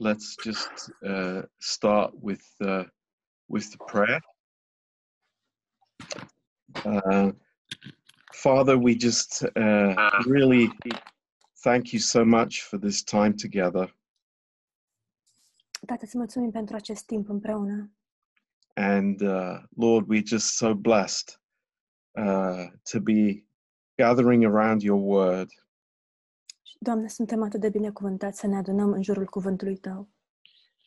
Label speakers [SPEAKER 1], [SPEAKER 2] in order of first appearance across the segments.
[SPEAKER 1] let's just uh, start with uh, with the prayer. Uh, Father, we just uh, really thank you so much for this time together,
[SPEAKER 2] Tată, îți mulțumim pentru acest timp împreună.
[SPEAKER 1] and uh, Lord, we're just so blessed uh, to be gathering around your word.
[SPEAKER 2] Și, Doamne, suntem atât de binecuvântați să ne adunăm în jurul cuvântului Tău.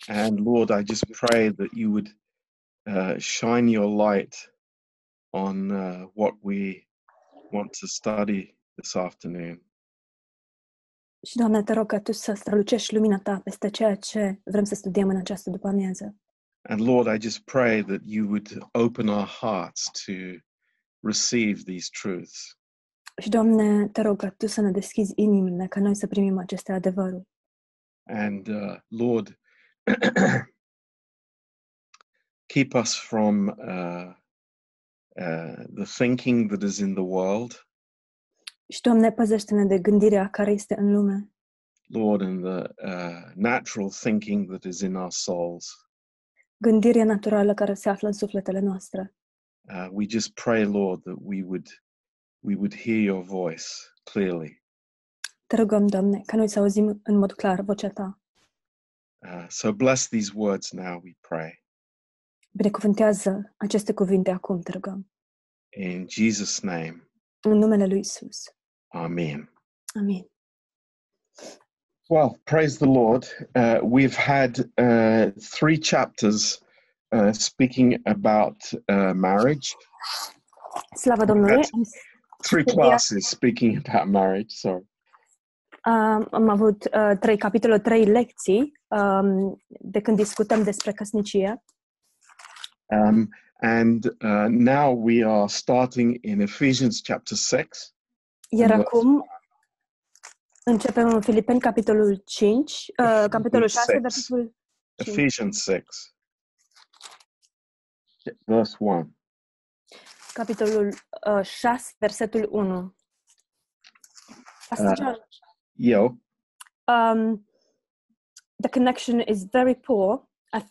[SPEAKER 1] And Lord, I just pray that you would uh, shine your light on uh, what we want to study this afternoon.
[SPEAKER 2] Și, Doamne, te rog ca Tu să strălucești lumina Ta peste ceea ce vrem să studiem în această după-amiază.
[SPEAKER 1] And Lord, I just pray that you would open our hearts to receive these truths.
[SPEAKER 2] Și, Doamne, te rog ca Tu să ne deschizi inimile ca noi să primim aceste adevăruri.
[SPEAKER 1] And uh, Lord, keep us from uh, uh, the thinking that is in the world,
[SPEAKER 2] Și, Doamne, păzește-ne de gândirea care este în lume
[SPEAKER 1] Lord, and the uh, natural thinking that is in our souls.
[SPEAKER 2] gândirea naturală care se află în sufletele noastre.
[SPEAKER 1] Uh, we just pray, Lord, that we would we would hear your voice clearly.
[SPEAKER 2] Te rugăm, Doamne, ca noi să auzim în mod clar vocea Ta.
[SPEAKER 1] Uh, so bless these words now, we pray.
[SPEAKER 2] Binecuvântează aceste cuvinte acum, te rugăm.
[SPEAKER 1] In Jesus' name,
[SPEAKER 2] În numele Lui Isus.
[SPEAKER 1] Amen.
[SPEAKER 2] Amin.
[SPEAKER 1] Well, praise the Lord. Uh, we've had uh, three chapters uh, speaking about uh, marriage,
[SPEAKER 2] Slavă Domnului!
[SPEAKER 1] Ați- three classes speaking about marriage, sorry.
[SPEAKER 2] Am, am avut uh, trei capitole, trei lecții um, de când discutăm despre căsnicie
[SPEAKER 1] Um, and uh, now we are starting in Ephesians chapter 6.
[SPEAKER 2] iar
[SPEAKER 1] Bun.
[SPEAKER 2] acum începem în Filipeni, capitolul 5, uh, capitolul 6,
[SPEAKER 1] Sex.
[SPEAKER 2] versetul Sure.
[SPEAKER 1] Ephesians 6, verse 1.
[SPEAKER 2] capitolul uh, 6, versetul 1. Pastor
[SPEAKER 1] Ah.
[SPEAKER 2] John,
[SPEAKER 1] Yo.
[SPEAKER 2] um, the connection is very poor. I,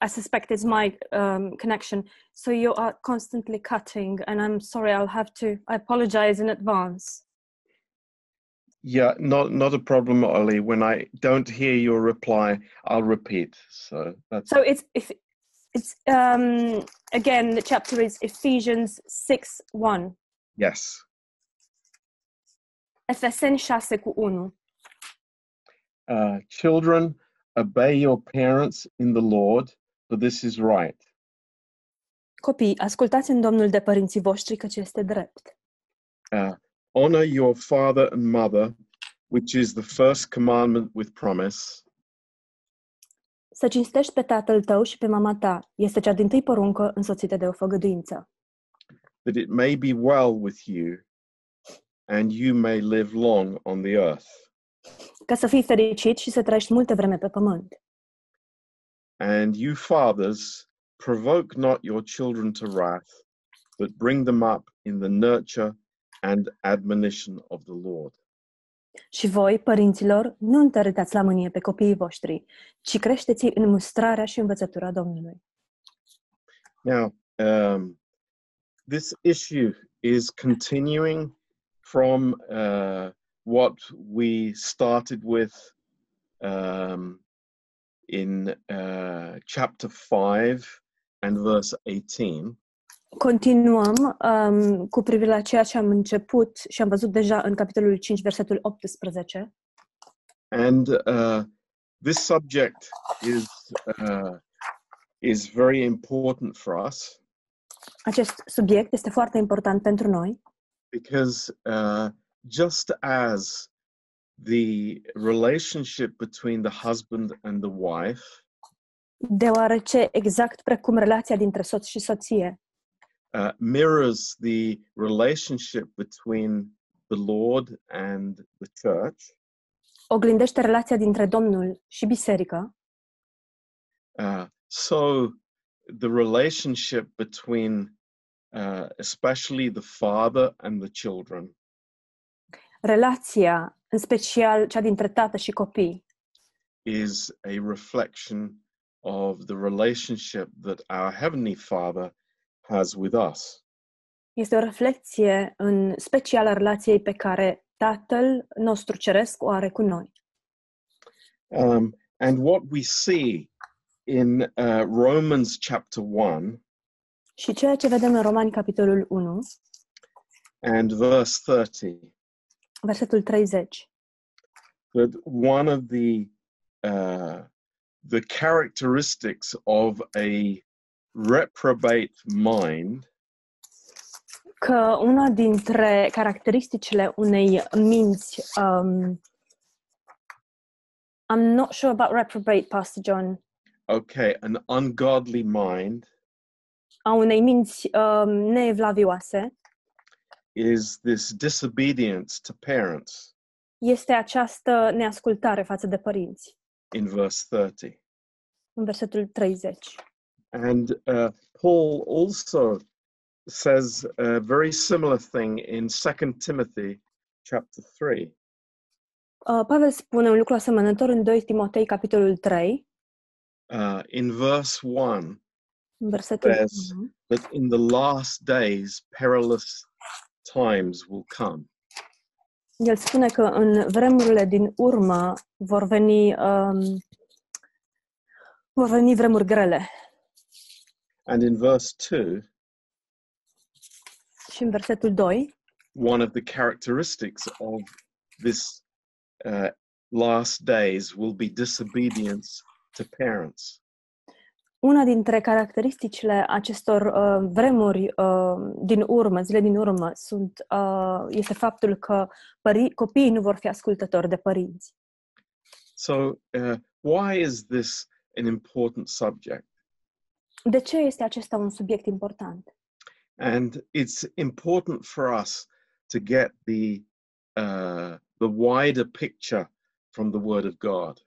[SPEAKER 2] I suspect it's my um, connection. So you are constantly cutting, and I'm sorry, I'll have to, I apologize in advance.
[SPEAKER 1] Yeah, not not a problem, Ollie. When I don't hear your reply, I'll repeat. So that's
[SPEAKER 2] So it's if it's um again the chapter is Ephesians 6 1.
[SPEAKER 1] yes.
[SPEAKER 2] Efeseni 6 cu 1.
[SPEAKER 1] Uh, children, obey your parents in the Lord, for this is right.
[SPEAKER 2] Copii, ascultați în Domnul de părinții voștri căci este drept.
[SPEAKER 1] Honor your father and mother, which is the first commandment with promise,
[SPEAKER 2] Să cinstești pe tatăl tău și pe mama ta. Este cea din tâi poruncă însoțită de o făgăduință.
[SPEAKER 1] that it may be well with you, and you may live long on the earth.
[SPEAKER 2] Ca să fii fericit și să trăiești multă vreme pe pământ.
[SPEAKER 1] And you fathers, provoke not your children to wrath, but bring them up in the nurture and admonition of the Lord.
[SPEAKER 2] Și voi, părinților, nu întărâtați la mânie pe copiii voștri, ci creșteți în mustrarea și învățătura Domnului.
[SPEAKER 1] Now, um, this issue is continuing from uh, what we started with um, in uh, chapter 5 and verse 18.
[SPEAKER 2] Continuăm um, cu privire la ceea ce am început și am văzut deja în capitolul 5, versetul 18.
[SPEAKER 1] And uh, this subject is, uh, is very important for us
[SPEAKER 2] Acest subiect este foarte important pentru noi,
[SPEAKER 1] because uh, just as the relationship between the husband and the wife
[SPEAKER 2] deoarece exact precum relația dintre soț și soție
[SPEAKER 1] uh, mirrors the relationship between the Lord and the church.
[SPEAKER 2] oglindește relația dintre Domnul și biserică,
[SPEAKER 1] Uh, so the relationship between uh, especially the father and the children
[SPEAKER 2] relația, în special cea dintre tată și copii,
[SPEAKER 1] is a reflection of the relationship that our Heavenly Father has with us.
[SPEAKER 2] Este o reflecție în special a relației pe care Tatăl nostru ceresc o are cu noi.
[SPEAKER 1] Um, and what we see in uh, Romans chapter 1
[SPEAKER 2] Și ceea ce vedem în Romani, capitolul 1,
[SPEAKER 1] and verse 30,
[SPEAKER 2] versetul 30,
[SPEAKER 1] that one of the uh, the characteristics of a reprobate mind
[SPEAKER 2] că una dintre caracteristicile unei minți um, I'm not sure about reprobate, Pastor John.
[SPEAKER 1] okay an ungodly mind
[SPEAKER 2] A unei minți um, neevlavioase
[SPEAKER 1] is this disobedience to parents
[SPEAKER 2] este această neascultare față de părinți,
[SPEAKER 1] in verse 30
[SPEAKER 2] în versetul 30.
[SPEAKER 1] and uh, paul also says a very similar thing in second timothy chapter 3
[SPEAKER 2] Uh, Pavel spune un lucru asemănător în 2 Timotei, capitolul 3,
[SPEAKER 1] uh, in verse 1
[SPEAKER 2] în versetul
[SPEAKER 1] Vers.
[SPEAKER 2] 1,
[SPEAKER 1] that in the last days perilous times will come
[SPEAKER 2] El spune că în vremurile din urmă vor veni, um, vor veni vremuri grele.
[SPEAKER 1] And in verse 2,
[SPEAKER 2] Și în versetul 2,
[SPEAKER 1] one of the characteristics of this uh, last days will be disobedience to parents.
[SPEAKER 2] una dintre caracteristicile acestor uh, vremuri uh, din urmă, zile din urmă, sunt, uh, este faptul că pări- copiii nu vor fi ascultători de părinți.
[SPEAKER 1] So, uh, why is this an important subject?
[SPEAKER 2] De ce este acesta un subiect important?
[SPEAKER 1] And it's important for us to get the uh, the wider picture from the Word of God.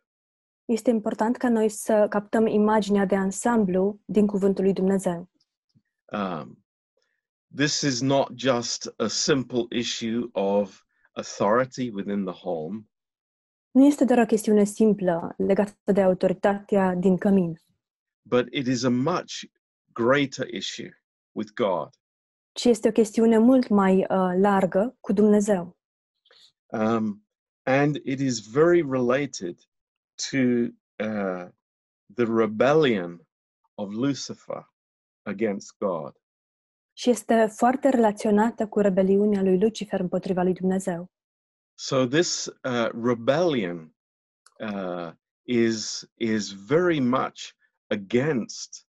[SPEAKER 2] Este important ca noi să captăm imaginea de ansamblu din Cuvântul lui Dumnezeu.
[SPEAKER 1] Um, this is not just a simple issue of authority within the home.
[SPEAKER 2] Nu este doar o chestiune simplă legată de autoritatea din cămin.
[SPEAKER 1] but it is a much greater issue with God.
[SPEAKER 2] ci este o chestiune mult mai uh, largă cu Dumnezeu.
[SPEAKER 1] Um, and it is very related to uh, the rebellion of Lucifer against God.
[SPEAKER 2] Și este foarte relaționată cu rebeliunea lui Lucifer împotriva lui Dumnezeu.
[SPEAKER 1] So this uh, rebellion uh, is is very much against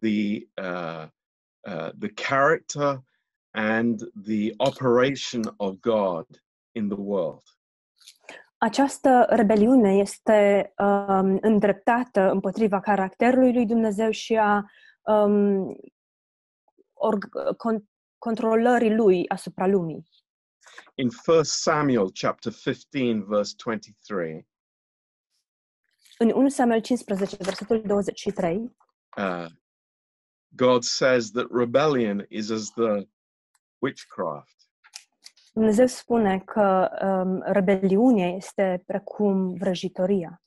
[SPEAKER 1] the uh, uh, the character and the operation of God in the world.
[SPEAKER 2] Această rebeliune este um, îndreptată împotriva caracterului lui Dumnezeu și a um, org- con- controlării lui asupra lumii.
[SPEAKER 1] in 1 Samuel chapter 15 verse 23
[SPEAKER 2] În 1 Samuel 15, versetul 23,
[SPEAKER 1] uh, God says that rebellion is as the witchcraft
[SPEAKER 2] Dumnezeu spune că um, rebeliunea este precum vrăjitoria.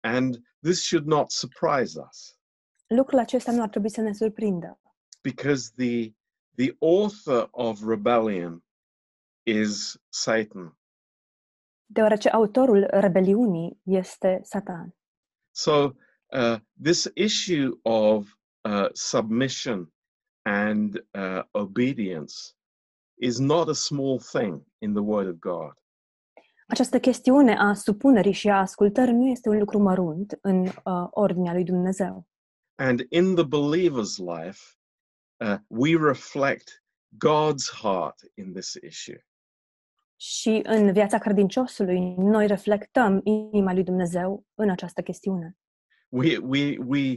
[SPEAKER 1] and this should not surprise us
[SPEAKER 2] Lucrul acesta nu ar trebui să ne surprindă.
[SPEAKER 1] because the the author of rebellion is Satan
[SPEAKER 2] deoarece autorul rebeliunii este Satan.
[SPEAKER 1] so uh, this issue of uh, submission and uh, obedience is not a small thing in the word of God
[SPEAKER 2] Această chestiune a supunerii și a ascultării nu este un lucru mărunt în uh, ordinea lui Dumnezeu.
[SPEAKER 1] And in the believer's life, uh, we reflect God's heart in this issue.
[SPEAKER 2] Și în viața credinciosului, noi reflectăm inima lui Dumnezeu în această chestiune.
[SPEAKER 1] We, we, we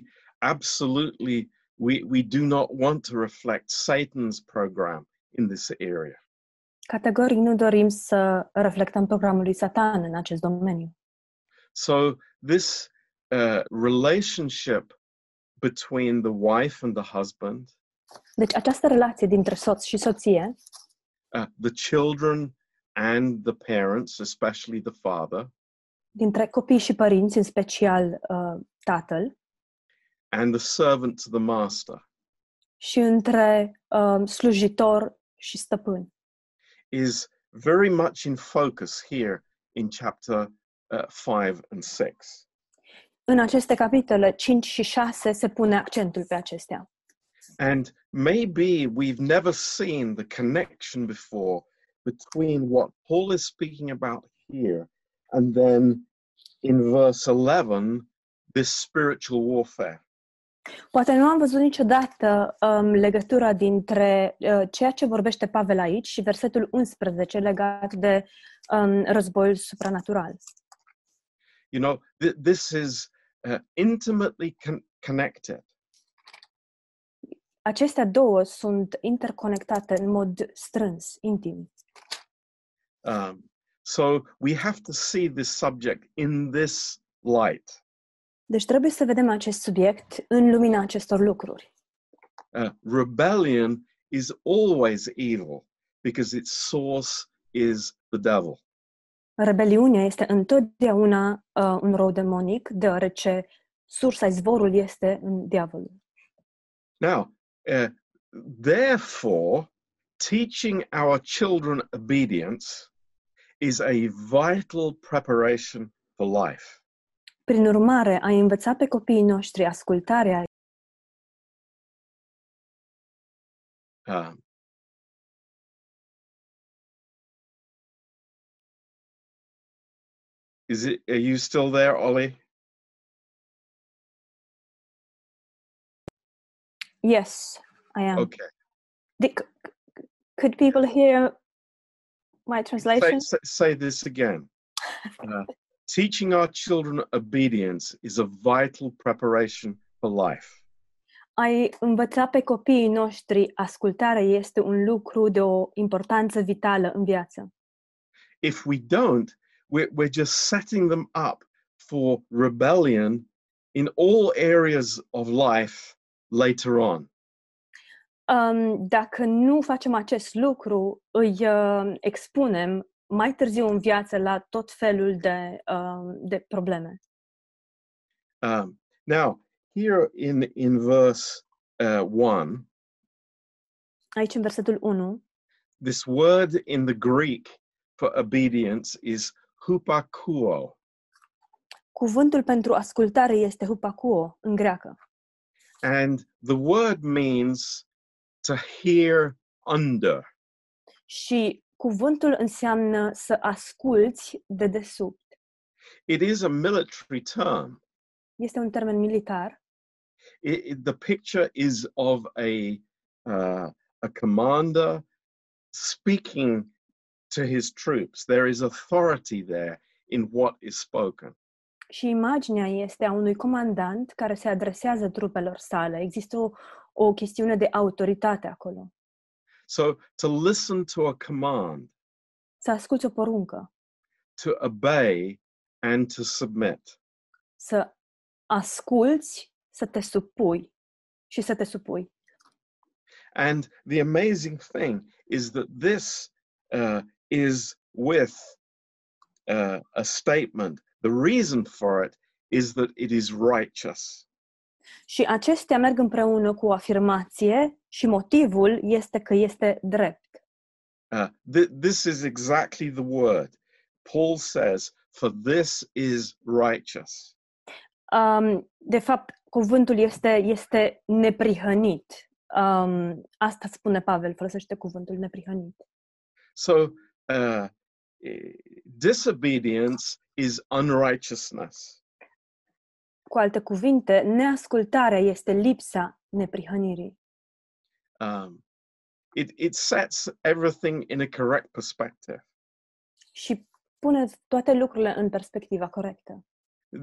[SPEAKER 1] absolutely, we, we do not want to reflect Satan's program in this area.
[SPEAKER 2] Categoric nu dorim să reflectăm programul lui Satan în acest domeniu.
[SPEAKER 1] So this uh, relationship between the wife and the husband,
[SPEAKER 2] Deci această relație dintre soț și soție,
[SPEAKER 1] uh, the children and the parents, especially the father,
[SPEAKER 2] dintre copii și părinți, în special uh, tatăl,
[SPEAKER 1] and the servant to the master
[SPEAKER 2] și între um, slujitor și stăpân.
[SPEAKER 1] is very much in focus here in chapter uh, 5 and 6.
[SPEAKER 2] În aceste capitole 5 și 6 se pune accentul pe acestea.
[SPEAKER 1] And maybe we've never seen the connection before between what Paul is speaking about here and then in verse 11, this spiritual warfare.
[SPEAKER 2] Poate nu am văzut niciodată um, legătura dintre uh, ceea ce vorbește Pavel aici și versetul 11 legat de um, războiul supranatural.
[SPEAKER 1] You know, th- this is uh, intimately con- connected.
[SPEAKER 2] Acestea două sunt interconectate în mod strâns, intim.
[SPEAKER 1] Um, so we have to see this subject in this light.
[SPEAKER 2] Deci trebuie să vedem acest subiect în lumina acestor lucruri.
[SPEAKER 1] uh, rebellion is always evil because its source is the devil.
[SPEAKER 2] Rebeliunea este întotdeauna uh, un rău demonic, deoarece sursa, izvorul este în diavolul.
[SPEAKER 1] Now, uh, therefore, teaching our children obedience is a vital preparation for life.
[SPEAKER 2] Prin urmare, a învăța pe copiii noștri ascultarea
[SPEAKER 1] Um, is it? Are you still there, Ollie?
[SPEAKER 2] Yes, I am.
[SPEAKER 1] Okay.
[SPEAKER 2] Di- c- c- could people hear my
[SPEAKER 1] say,
[SPEAKER 2] translation?
[SPEAKER 1] say, say this again. Uh, teaching our children obedience is a vital preparation for life.
[SPEAKER 2] Ai învăța pe copiii noștri ascultarea este un lucru de o importanță vitală în viață.
[SPEAKER 1] If we don't, we're, we're just setting them up for rebellion in all areas of life later on.
[SPEAKER 2] Um, dacă nu facem acest lucru, îi uh, expunem mai târziu în viață la tot felul de, uh, de probleme.
[SPEAKER 1] Um, now, here in, in verse uh, 1,
[SPEAKER 2] Aici, în versetul 1,
[SPEAKER 1] this word in the Greek for obedience is hupakuo.
[SPEAKER 2] cuvântul pentru ascultare este hupacuo în greacă.
[SPEAKER 1] And the word means to hear under.
[SPEAKER 2] Și cuvântul înseamnă să asculți de desubt.
[SPEAKER 1] It is a military term.
[SPEAKER 2] Este un termen militar.
[SPEAKER 1] It, it- the picture is of a uh, a commander speaking to his troops. There is authority there in what is spoken.
[SPEAKER 2] Și imaginea este a unui comandant care se adresează trupelor sale. Există o, o chestiune de autoritate acolo.
[SPEAKER 1] So to listen to a command,
[SPEAKER 2] Să asculți o poruncă,
[SPEAKER 1] to obey, and to submit.
[SPEAKER 2] să asculți, să te supui și să te supui.
[SPEAKER 1] And the amazing thing is that this uh, is with uh, a statement. The reason for it is that it is righteous.
[SPEAKER 2] Și acestea merg împreună cu o afirmație și motivul este că este drept.
[SPEAKER 1] Uh, th- this is exactly the word. Paul says, For this is righteous.
[SPEAKER 2] Um, de fapt, cuvântul este, este neprihănit. Um, asta spune Pavel, folosește cuvântul neprihănit.
[SPEAKER 1] So, uh, eh, disobedience is unrighteousness.
[SPEAKER 2] Cu alte cuvinte, neascultarea este lipsa neprihănirii.
[SPEAKER 1] Um, it, it sets everything in a correct perspective.
[SPEAKER 2] Și pune toate lucrurile în perspectiva corectă.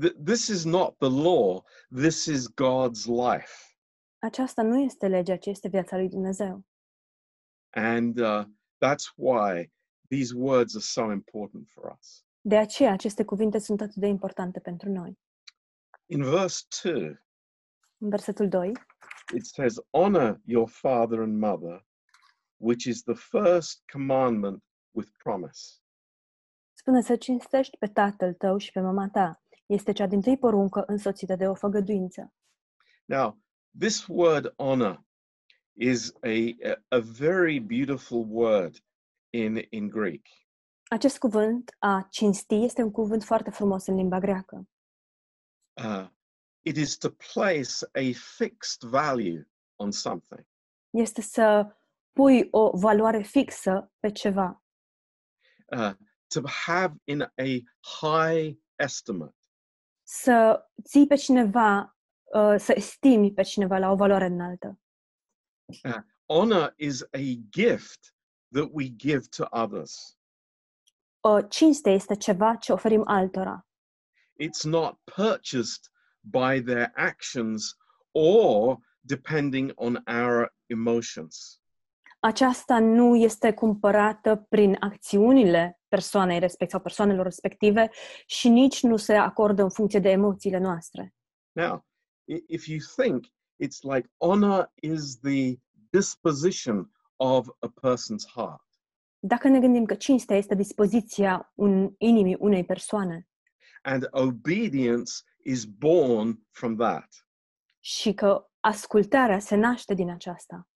[SPEAKER 1] Th- this is not the law this is god's life
[SPEAKER 2] Aceasta nu este legea, ci este viața lui Dumnezeu.
[SPEAKER 1] and uh, that's why these words are so important for us
[SPEAKER 2] De aceea, aceste cuvinte sunt atât de importante pentru noi.
[SPEAKER 1] in verse 2
[SPEAKER 2] În versetul 2,
[SPEAKER 1] it says honor your father and mother which is the first commandment with promise
[SPEAKER 2] Spune să cinstești pe tatăl tău și pe mama ta. Este cea din tâi poruncă însoțită de o făgăduință.
[SPEAKER 1] Now, this word honor is a, a, a very beautiful word in, in Greek.
[SPEAKER 2] Acest cuvânt a cinsti este un cuvânt foarte frumos în limba greacă.
[SPEAKER 1] Uh, it is to place a fixed value on something.
[SPEAKER 2] Este să pui o valoare fixă pe ceva,
[SPEAKER 1] uh, to have in a high estimate.
[SPEAKER 2] să ții pe cineva, uh, să estimi pe cineva la o valoare înaltă.
[SPEAKER 1] Honor is a gift that we give to others.
[SPEAKER 2] O cinste este ceva ce oferim altora.
[SPEAKER 1] It's not purchased by their actions or depending on our emotions.
[SPEAKER 2] Aceasta nu este cumpărată prin acțiunile persoanei respect sau persoanelor respective și nici nu se acordă în funcție de emoțiile noastre.
[SPEAKER 1] Now, i- if you think it's like honor is the disposition of a person's heart,
[SPEAKER 2] Dacă ne gândim că cinstea este dispoziția un, inimii unei persoane
[SPEAKER 1] and obedience is born from that.
[SPEAKER 2] și că ascultarea se naște din aceasta,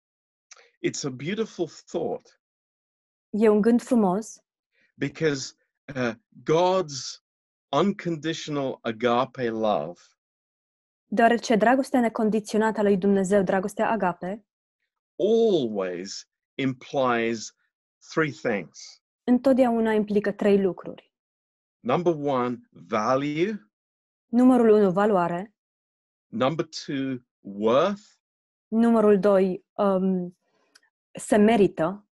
[SPEAKER 1] It's a beautiful thought
[SPEAKER 2] e un gând frumos
[SPEAKER 1] because uh, God's unconditional agape love
[SPEAKER 2] Deoarece dragostea necondiționată a lui Dumnezeu, dragostea agape,
[SPEAKER 1] always implies three things.
[SPEAKER 2] întotdeauna implică trei lucruri.
[SPEAKER 1] Number one, value.
[SPEAKER 2] Numărul 1, valoare.
[SPEAKER 1] Number two, worth.
[SPEAKER 2] Numărul 2, um, se merită.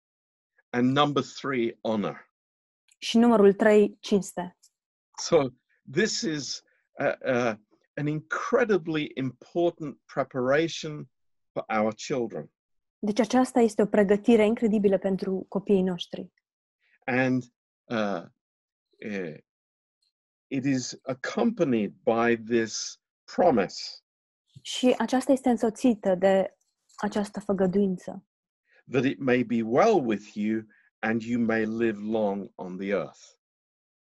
[SPEAKER 1] And number three, honor.
[SPEAKER 2] Și numărul 3, cinste.
[SPEAKER 1] So this is uh, uh, an incredibly important preparation for our children.
[SPEAKER 2] Deci aceasta este o pregătire incredibilă pentru copiii noștri.
[SPEAKER 1] and uh, eh, it is accompanied by this promise
[SPEAKER 2] Și aceasta este însoțită de această făgăduință.
[SPEAKER 1] that it may be well with you and you may live long on the earth.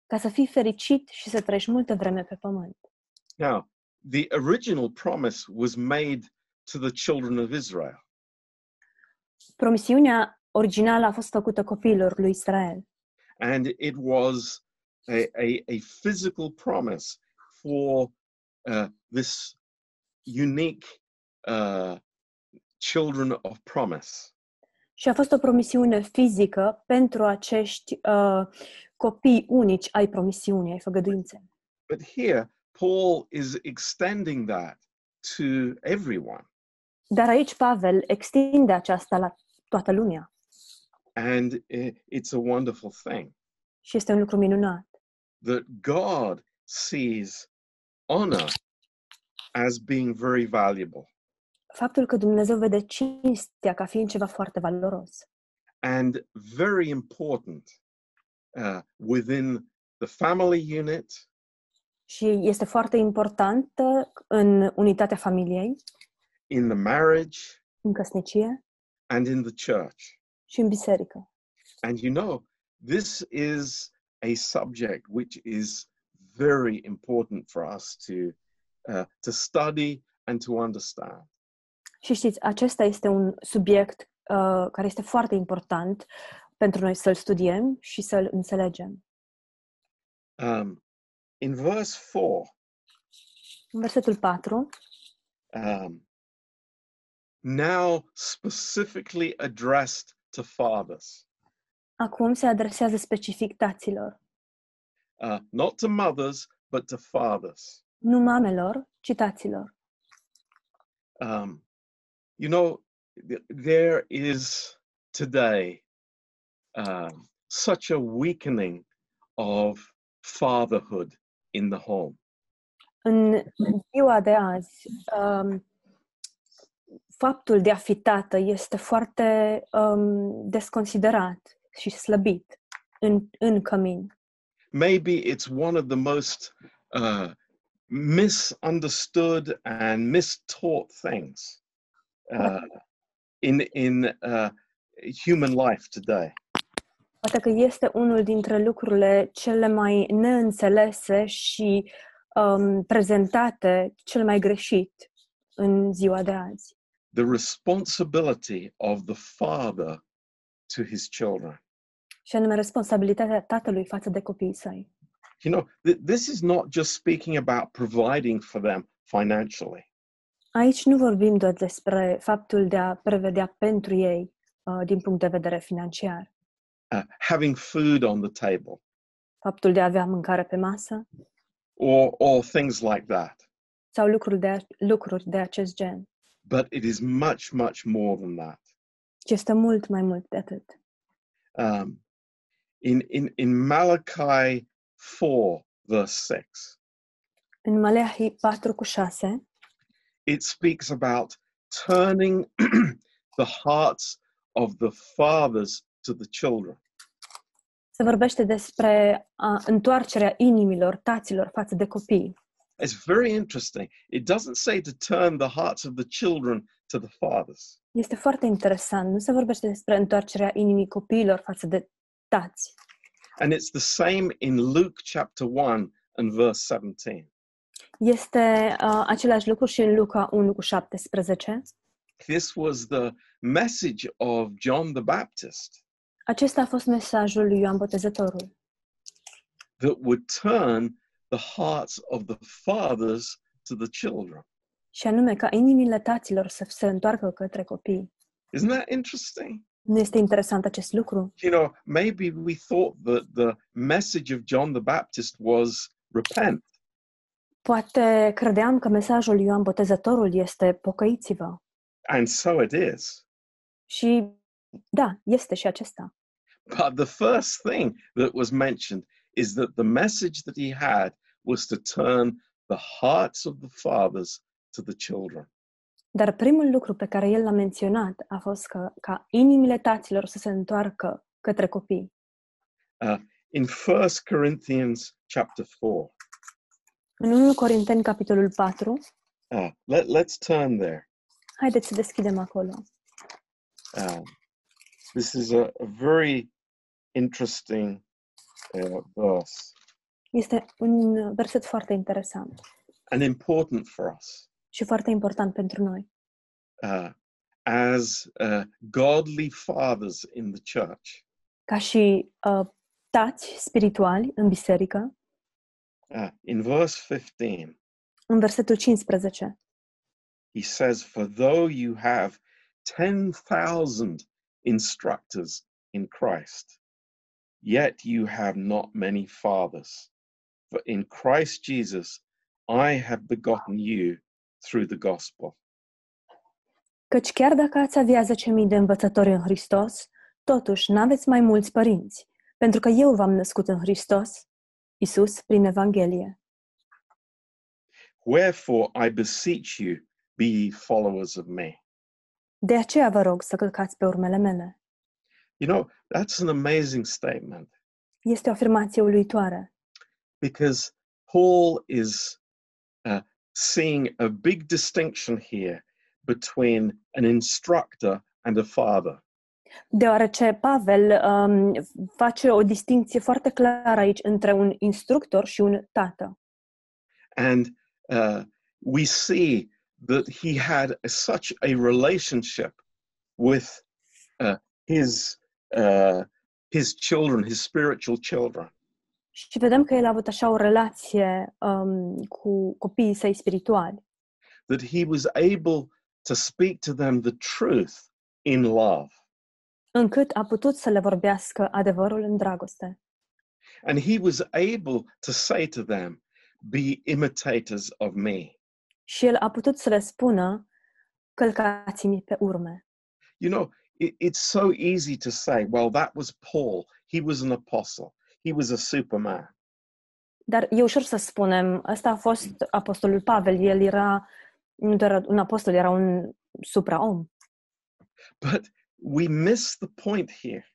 [SPEAKER 2] Ca să fii fericit și să trăiești multă vreme pe pământ.
[SPEAKER 1] Now, the original promise was made to the children of Israel,
[SPEAKER 2] Promisiunea originală a fost făcută copiilor lui Israel.
[SPEAKER 1] and it was a, a, a physical promise for uh, this unique uh, children of promise.
[SPEAKER 2] Și a fost o promisiune fizică pentru acești uh, copii unici ai promisiunii, ai făgăduinței.
[SPEAKER 1] But here, Paul is extending that to everyone.
[SPEAKER 2] Dar aici Pavel extinde aceasta la toată lumea
[SPEAKER 1] And i- it's a wonderful thing
[SPEAKER 2] și este un lucru minunat.
[SPEAKER 1] that God sees honor as being very valuable.
[SPEAKER 2] Faptul că Dumnezeu vede cinstea ca fiind ceva foarte valoros
[SPEAKER 1] and very important uh, within the family unit,
[SPEAKER 2] și este foarte importantă în unitatea familiei,
[SPEAKER 1] in the marriage,
[SPEAKER 2] în căsnicie
[SPEAKER 1] and in the church.
[SPEAKER 2] și în biserică.
[SPEAKER 1] And you know, this is a subject which is very important for us to uh, to study and to understand.
[SPEAKER 2] Și știți, acesta este un subiect uh, care este foarte important pentru noi să-l studiem și să-l înțelegem.
[SPEAKER 1] Um, in verse four,
[SPEAKER 2] În versetul 4,
[SPEAKER 1] um, now specifically addressed to fathers,
[SPEAKER 2] acum se adresează specific taților,
[SPEAKER 1] uh, not to mothers, but to fathers.
[SPEAKER 2] nu mamelor, ci taților.
[SPEAKER 1] Um, you know, th- there is today um, such a weakening of fatherhood in the home.
[SPEAKER 2] În ziua de azi, um, faptul de a fi tată este foarte um, desconsiderat și slăbit în, în cămin.
[SPEAKER 1] Maybe it's one of the most uh, misunderstood and mistaught things uh, in in uh, human life today.
[SPEAKER 2] Poate că este unul dintre lucrurile cele mai neînțelese și um, prezentate cel mai greșit în ziua de azi.
[SPEAKER 1] The responsibility of the father to his children.
[SPEAKER 2] Și anume responsabilitatea tatălui față de copiii săi.
[SPEAKER 1] You know, th- this is not just speaking about providing for them financially.
[SPEAKER 2] Aici nu vorbim doar despre faptul de a prevedea pentru ei uh, din punct de vedere financiar,
[SPEAKER 1] uh, having food on the table
[SPEAKER 2] faptul de a avea mâncare pe masă
[SPEAKER 1] or or things like that
[SPEAKER 2] sau lucruri de, lucruri de acest gen,
[SPEAKER 1] but it is much much more than that
[SPEAKER 2] ci este mult mai mult de atât.
[SPEAKER 1] um, in in in malachi 4 verse 6
[SPEAKER 2] În Maleahi 4 cu 6
[SPEAKER 1] it speaks about turning the hearts of the fathers to the children
[SPEAKER 2] se vorbește despre a, întoarcerea inimilor taților față de copii.
[SPEAKER 1] it's very interesting it doesn't say to turn the hearts of the children to the fathers
[SPEAKER 2] Este foarte interesant. Nu se vorbește despre întoarcerea inimii copiilor față de tați.
[SPEAKER 1] and it's the same in luke chapter 1 and verse 17
[SPEAKER 2] Este uh, același lucru și în Luca 1 cu 17.
[SPEAKER 1] this was the message of John the Baptist
[SPEAKER 2] Acesta a fost mesajul lui Ioan Botezătorul,
[SPEAKER 1] that would turn the hearts of the fathers to the children.
[SPEAKER 2] și anume ca inimile taților să se întoarcă către copii.
[SPEAKER 1] Isn't that interesting?
[SPEAKER 2] Nu este interesant acest lucru?
[SPEAKER 1] You know, maybe we thought that the message of John the Baptist was repent,
[SPEAKER 2] Poate credeam că mesajul lui Ioan Botezătorul este pocăiți-vă.
[SPEAKER 1] and so it is.
[SPEAKER 2] Și da, este și acesta.
[SPEAKER 1] But the first thing that was mentioned is that the message that he had was to turn the hearts of the fathers to the children.
[SPEAKER 2] Dar primul lucru pe care el l-a menționat a fost că, ca inimile taților să se întoarcă către copii.
[SPEAKER 1] In 1 Corinthians chapter 4,
[SPEAKER 2] În 1 Corinteni, capitolul 4,
[SPEAKER 1] Uh, let, let's turn there.
[SPEAKER 2] haideți să deschidem acolo.
[SPEAKER 1] Um, this is a, a very interesting uh, verse
[SPEAKER 2] Este un verset foarte interesant
[SPEAKER 1] and important for us
[SPEAKER 2] și foarte important pentru noi.
[SPEAKER 1] uh, as uh, godly fathers in the church.
[SPEAKER 2] Ca și uh, tați spirituali în biserică,
[SPEAKER 1] Uh, in verse 15,
[SPEAKER 2] în versetul 15,
[SPEAKER 1] he says, For though you have 10,000 instructors in Christ, yet you have not many fathers. For in Christ Jesus, I have begotten you through the gospel.
[SPEAKER 2] căci chiar dacă ați avea 10.000 de învățători în Hristos, totuși n-aveți mai mulți părinți, pentru că eu v-am născut în Hristos, Isus, prin Evanghelie.
[SPEAKER 1] Wherefore I beseech you, be ye followers of me.
[SPEAKER 2] De aceea vă rog să călcați pe urmele mele.
[SPEAKER 1] You know, that's an amazing statement
[SPEAKER 2] Este o afirmație uluitoare,
[SPEAKER 1] because Paul is uh, seeing a big distinction here between an instructor and a father.
[SPEAKER 2] deoarece Pavel um, face o distinție foarte clară aici între un instructor și un tată.
[SPEAKER 1] And uh, we see that he had such a relationship with uh, his, uh, his children, his spiritual children.
[SPEAKER 2] Și vedem că el a avut așa o relație um, cu copiii săi spirituali,
[SPEAKER 1] that he was able to speak to them the truth in love.
[SPEAKER 2] încât a putut să le vorbească adevărul în dragoste.
[SPEAKER 1] And he was able to say to them, Be imitators of me.
[SPEAKER 2] Și el a putut să le spună, călcați-mi pe urme.
[SPEAKER 1] You know, it, it's so easy to say, Well, that was Paul. He was an apostle, he was a superman.
[SPEAKER 2] Dar e ușor să spunem, ăsta a fost apostolul Pavel, el era nu doar un apostol, era un supraom.
[SPEAKER 1] But we miss the point here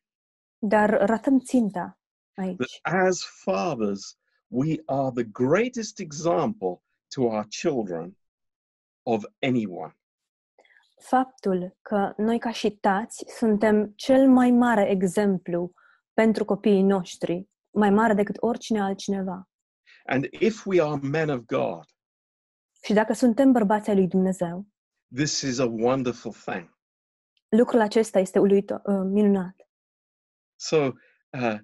[SPEAKER 2] Dar ratăm ținta
[SPEAKER 1] that
[SPEAKER 2] aici.
[SPEAKER 1] as fathers, we are the greatest example to our children of anyone.
[SPEAKER 2] Faptul că noi ca și tați suntem cel mai mare exemplu pentru copiii noștri, mai mare decât oricine altcineva.
[SPEAKER 1] And if we are men of God,
[SPEAKER 2] Și dacă suntem bărbații ai lui Dumnezeu,
[SPEAKER 1] this is a wonderful thing.
[SPEAKER 2] lucrul acesta este uluitor, uh, minunat.
[SPEAKER 1] So, uh,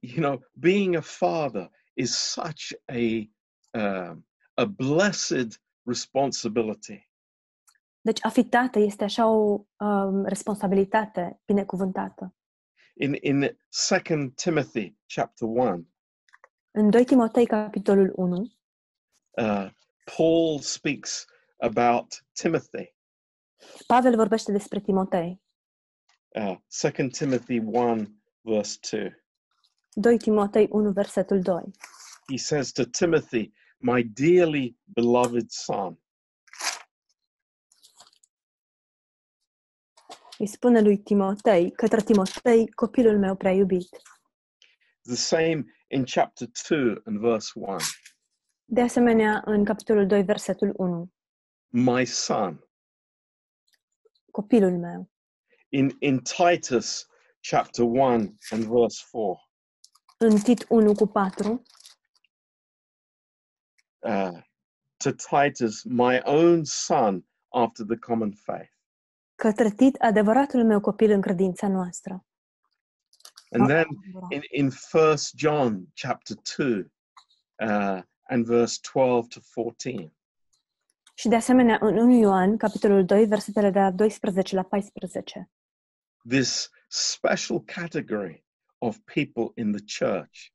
[SPEAKER 1] you know, being a father is such a um, a blessed responsibility.
[SPEAKER 2] Deci a fi tată este așa o um, responsabilitate binecuvântată.
[SPEAKER 1] In in Second Timothy chapter one,
[SPEAKER 2] În 2 Timotei, capitolul 1,
[SPEAKER 1] uh, Paul speaks about Timothy.
[SPEAKER 2] Pavel vorbește despre Timotei.
[SPEAKER 1] Uh, 2 Timothy one verse two.
[SPEAKER 2] 2 Timotei 1, versetul 2.
[SPEAKER 1] He says to Timothy, "My dearly beloved son."
[SPEAKER 2] Îi spune lui Timotei, către Timotei, copilul meu prea iubit.
[SPEAKER 1] The same in chapter two and verse one.
[SPEAKER 2] De asemenea, în capitolul 2, versetul 1,
[SPEAKER 1] My son.
[SPEAKER 2] copilul meu.
[SPEAKER 1] in, in Titus chapter 1 and verse 4.
[SPEAKER 2] În Tit 1 cu 4,
[SPEAKER 1] Uh, to Titus, my own son, after the common faith.
[SPEAKER 2] către Tit, adevăratul meu copil în credința noastră.
[SPEAKER 1] And then in, in 1 John chapter 2 uh, and verse 12 to 14.
[SPEAKER 2] Și de asemenea, în 1 Ioan, capitolul 2, versetele de la 12 la 14,
[SPEAKER 1] This special category of people in the church,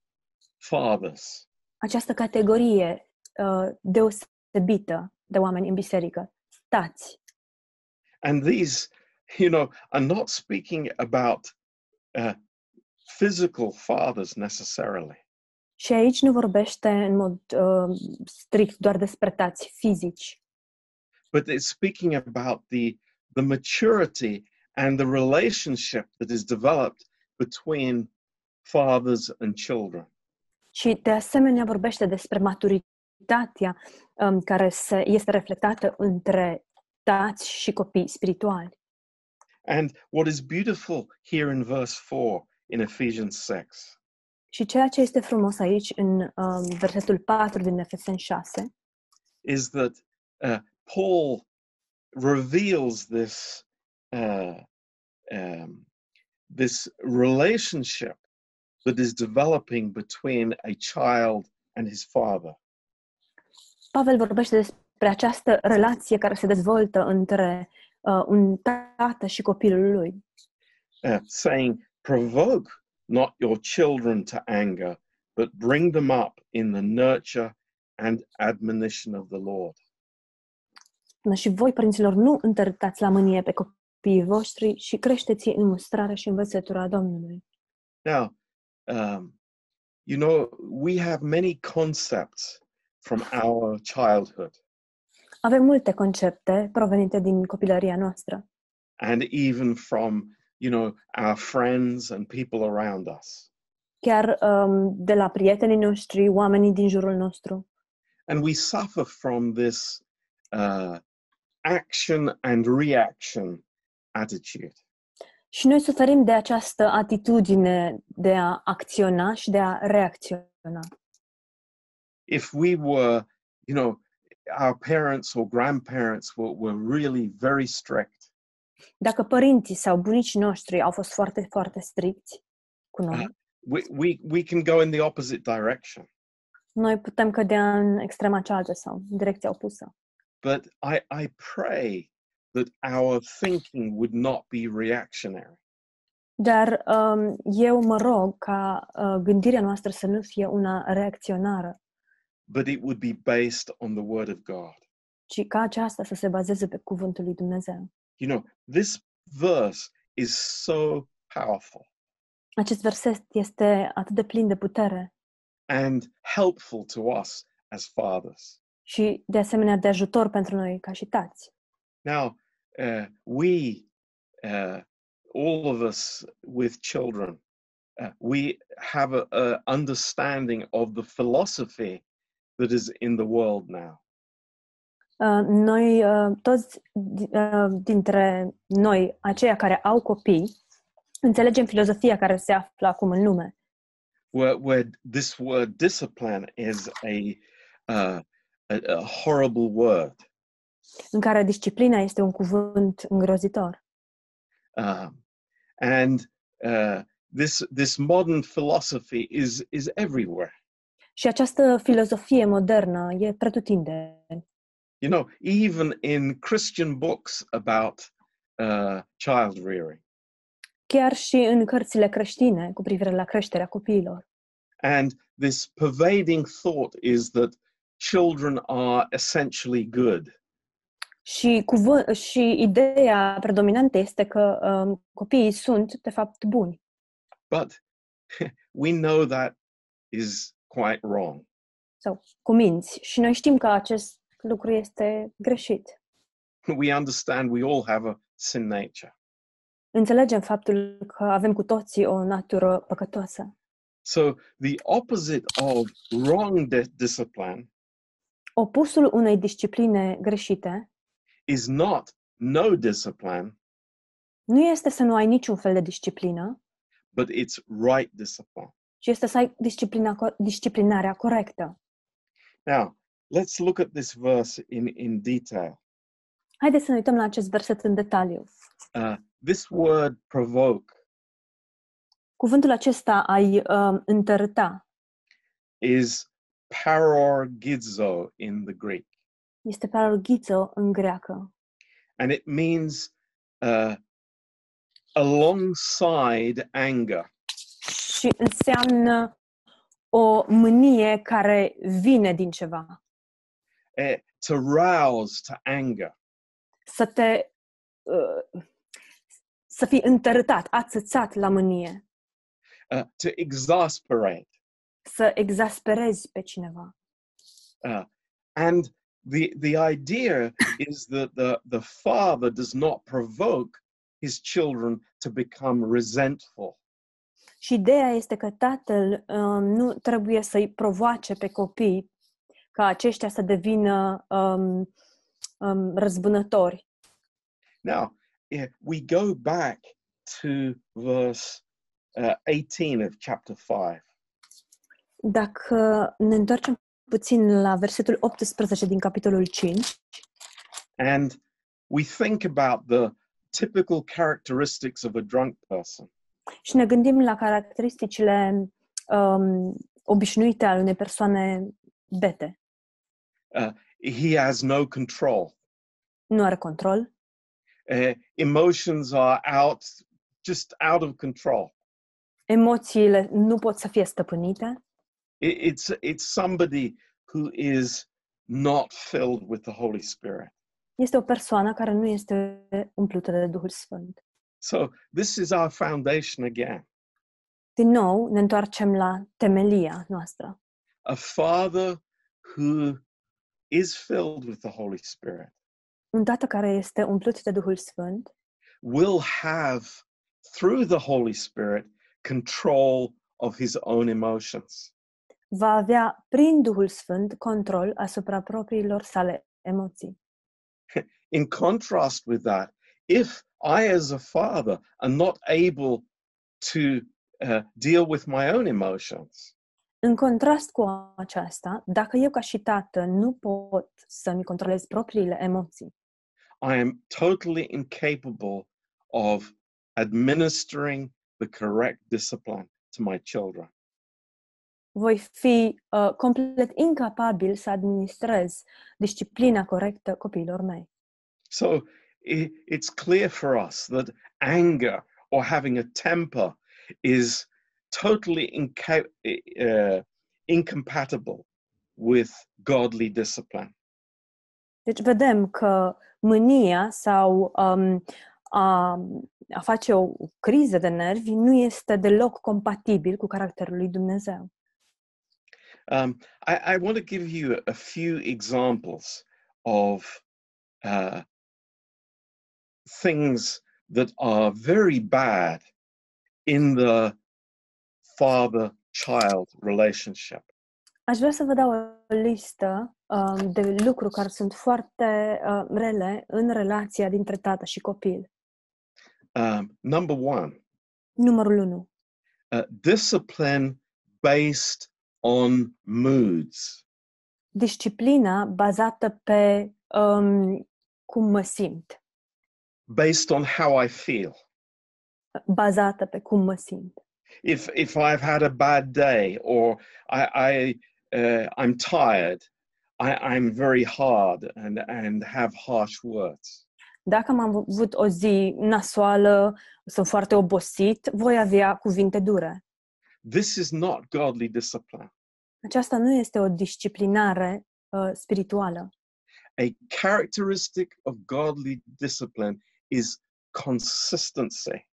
[SPEAKER 1] fathers,
[SPEAKER 2] această categorie uh, deosebită de oameni în biserică, tați.
[SPEAKER 1] and these, you know, are not speaking about uh, physical fathers necessarily.
[SPEAKER 2] Și aici nu vorbește în mod uh, strict doar despre tați fizici,
[SPEAKER 1] but it's speaking about the the maturity and the relationship that is developed between fathers and children
[SPEAKER 2] Și de asemenea vorbește despre maturitatea um, care se, este reflectată între tați și copii spirituali.
[SPEAKER 1] and what is beautiful here in verse 4 in Ephesians 6
[SPEAKER 2] Și ceea ce este frumos aici în um, versetul 4 din Efeseni 6
[SPEAKER 1] is that uh, Paul reveals this uh, um, this relationship that is developing between a child and his father
[SPEAKER 2] Pavel vorbește despre această relație care se dezvoltă între uh, un tată și copilul lui.
[SPEAKER 1] uh, saying, Provoke not your children to anger, but bring them up in the nurture and admonition of the Lord.
[SPEAKER 2] Spune, Și voi, părinților, nu întărâtați la mânie pe copiii voștri și creșteți în mustrarea și învățătura Domnului.
[SPEAKER 1] Now, um, you know, we have many concepts from our childhood
[SPEAKER 2] Avem multe concepte provenite din copilăria noastră.
[SPEAKER 1] and even from, you know, our friends and people around us.
[SPEAKER 2] chiar um, de la prietenii noștri, oamenii din jurul nostru.
[SPEAKER 1] And we suffer from this uh, action and reaction attitude.
[SPEAKER 2] Și noi suferim de această atitudine de a acționa și de a reacționa.
[SPEAKER 1] if we were, you know, our parents or grandparents were, were really very strict,
[SPEAKER 2] Dacă părinții sau bunicii noștri au fost foarte, foarte stricți cu noi,
[SPEAKER 1] we, we, we can go in the opposite direction.
[SPEAKER 2] noi putem cădea în extrema cealaltă sau în direcția opusă.
[SPEAKER 1] But I, I pray that our thinking would not be reactionary,
[SPEAKER 2] Dar um, eu mă rog ca uh, gândirea noastră să nu fie una reacționară,
[SPEAKER 1] but it would be based on the Word of God.
[SPEAKER 2] ci ca aceasta să se bazeze pe cuvântul lui Dumnezeu.
[SPEAKER 1] You know, this verse is so powerful
[SPEAKER 2] Acest verset este atât de plin de putere
[SPEAKER 1] and helpful to us as fathers.
[SPEAKER 2] și de asemenea de ajutor pentru noi ca și tați.
[SPEAKER 1] Now, uh, we, uh, all of us with children, uh, we have a, a understanding of the philosophy that is in the world now.
[SPEAKER 2] Uh, Noi, uh, toți di- uh, dintre noi, aceia care au copii, Înțelegem filozofia care se află acum în lume.
[SPEAKER 1] where, where this word discipline is a, uh, a, a horrible word.
[SPEAKER 2] în care disciplina este un cuvânt îngrozitor.
[SPEAKER 1] Um, and uh, this, this modern philosophy is, is everywhere.
[SPEAKER 2] Și această filozofie modernă e pretutindeni.
[SPEAKER 1] You know, even in Christian books about uh, child rearing.
[SPEAKER 2] Chiar și în cărțile creștine cu privire la creșterea copiilor.
[SPEAKER 1] And this pervading thought is that children are essentially good.
[SPEAKER 2] Și, cuvânt, și ideea predominantă este că um, copiii sunt, de fapt, buni.
[SPEAKER 1] But we know that is quite wrong.
[SPEAKER 2] cuminți. Și noi știm că acest lucru este greșit.
[SPEAKER 1] We understand we all have a sin nature.
[SPEAKER 2] Înțelegem faptul că avem cu toții o natură păcătoasă.
[SPEAKER 1] So the opposite of wrong di- discipline
[SPEAKER 2] Opusul unei discipline greșite
[SPEAKER 1] is not no discipline,
[SPEAKER 2] nu este să nu ai niciun fel de disciplină,
[SPEAKER 1] but it's right discipline.
[SPEAKER 2] ci este să ai disciplina, co- disciplinarea corectă.
[SPEAKER 1] Now, let's look at this verse in, in detail.
[SPEAKER 2] Haideți să ne uităm la acest verset în detaliu.
[SPEAKER 1] This word provoke
[SPEAKER 2] Cuvântul acesta, ai um, întărâta,
[SPEAKER 1] is parorgizo in the Greek,
[SPEAKER 2] este paraloghiță în greacă
[SPEAKER 1] and it means uh, alongside anger.
[SPEAKER 2] și înseamnă o mânie care vine din ceva.
[SPEAKER 1] eh, to rouse to anger.
[SPEAKER 2] să te uh, să fii întărâtat, ațățat la mânie,
[SPEAKER 1] uh, to exasperate.
[SPEAKER 2] să exasperezi pe cineva.
[SPEAKER 1] And the the idea is that the, the father does not provoke his children to become resentful.
[SPEAKER 2] Și ideea este că tatăl um, nu trebuie să-i provoace pe copii ca aceștia să devină um, um, răzbunători.
[SPEAKER 1] Now, eh, we go back to verse uh, 18 of chapter 5.
[SPEAKER 2] Dacă ne întoarcem puțin la versetul 18 din capitolul 5
[SPEAKER 1] And we think about the typical characteristics of a drunk person.
[SPEAKER 2] și ne gândim la caracteristicile um, obișnuite ale unei persoane bete.
[SPEAKER 1] He has no control.
[SPEAKER 2] Nu are control,
[SPEAKER 1] Eh, emotions are out, just out of control.
[SPEAKER 2] emoțiile nu pot să fie stăpânite,
[SPEAKER 1] It- it's it's somebody who is not filled with the holy spirit
[SPEAKER 2] este o persoană care nu este umplută de Duhul Sfânt.
[SPEAKER 1] so this is our foundation again
[SPEAKER 2] Din nou, ne întoarcem la temelia noastră.
[SPEAKER 1] a father who is filled with the holy spirit
[SPEAKER 2] Un tată care este umplut de Duhul Sfânt
[SPEAKER 1] will have through the holy spirit control of his own emotions
[SPEAKER 2] va avea, prin Duhul Sfânt, control asupra propriilor sale emoții.
[SPEAKER 1] in contrast with that if i as a father am not able to uh, deal with my own emotions
[SPEAKER 2] În contrast cu aceasta, dacă eu ca și tată nu pot să-mi controlez propriile emoții,
[SPEAKER 1] I am totally incapable of administering the correct discipline to my children.
[SPEAKER 2] voi fi uh, complet incapabil să administrez disciplina corectă copiilor mei.
[SPEAKER 1] So i- it's clear for us that anger or having a temper is totally inca- uh, incompatible with godly discipline.
[SPEAKER 2] Deci vedem că mânia sau um, a, a face o criză de nervi nu este deloc compatibil cu caracterul lui Dumnezeu.
[SPEAKER 1] Um, I, I want to give you a few examples of uh, things that are very bad in the father child relationship.
[SPEAKER 2] Aș vrea să vă dau o listă um, de lucruri care sunt foarte uh, rele în relația dintre tată și copil.
[SPEAKER 1] Um, number one,
[SPEAKER 2] numărul 1.
[SPEAKER 1] Uh, discipline based on moods.
[SPEAKER 2] Disciplina bazată pe um, cum mă simt.
[SPEAKER 1] based on how I feel.
[SPEAKER 2] Bazată pe cum mă simt.
[SPEAKER 1] If if I've had a bad day or I, I uh, I'm tired, I, I'm very hard and and have harsh words.
[SPEAKER 2] Dacă am avut o zi nasoală, sunt foarte obosit, voi avea cuvinte dure.
[SPEAKER 1] This is not godly discipline.
[SPEAKER 2] Aceasta nu este o disciplinare uh, spirituală.
[SPEAKER 1] A characteristic of godly discipline is consistency.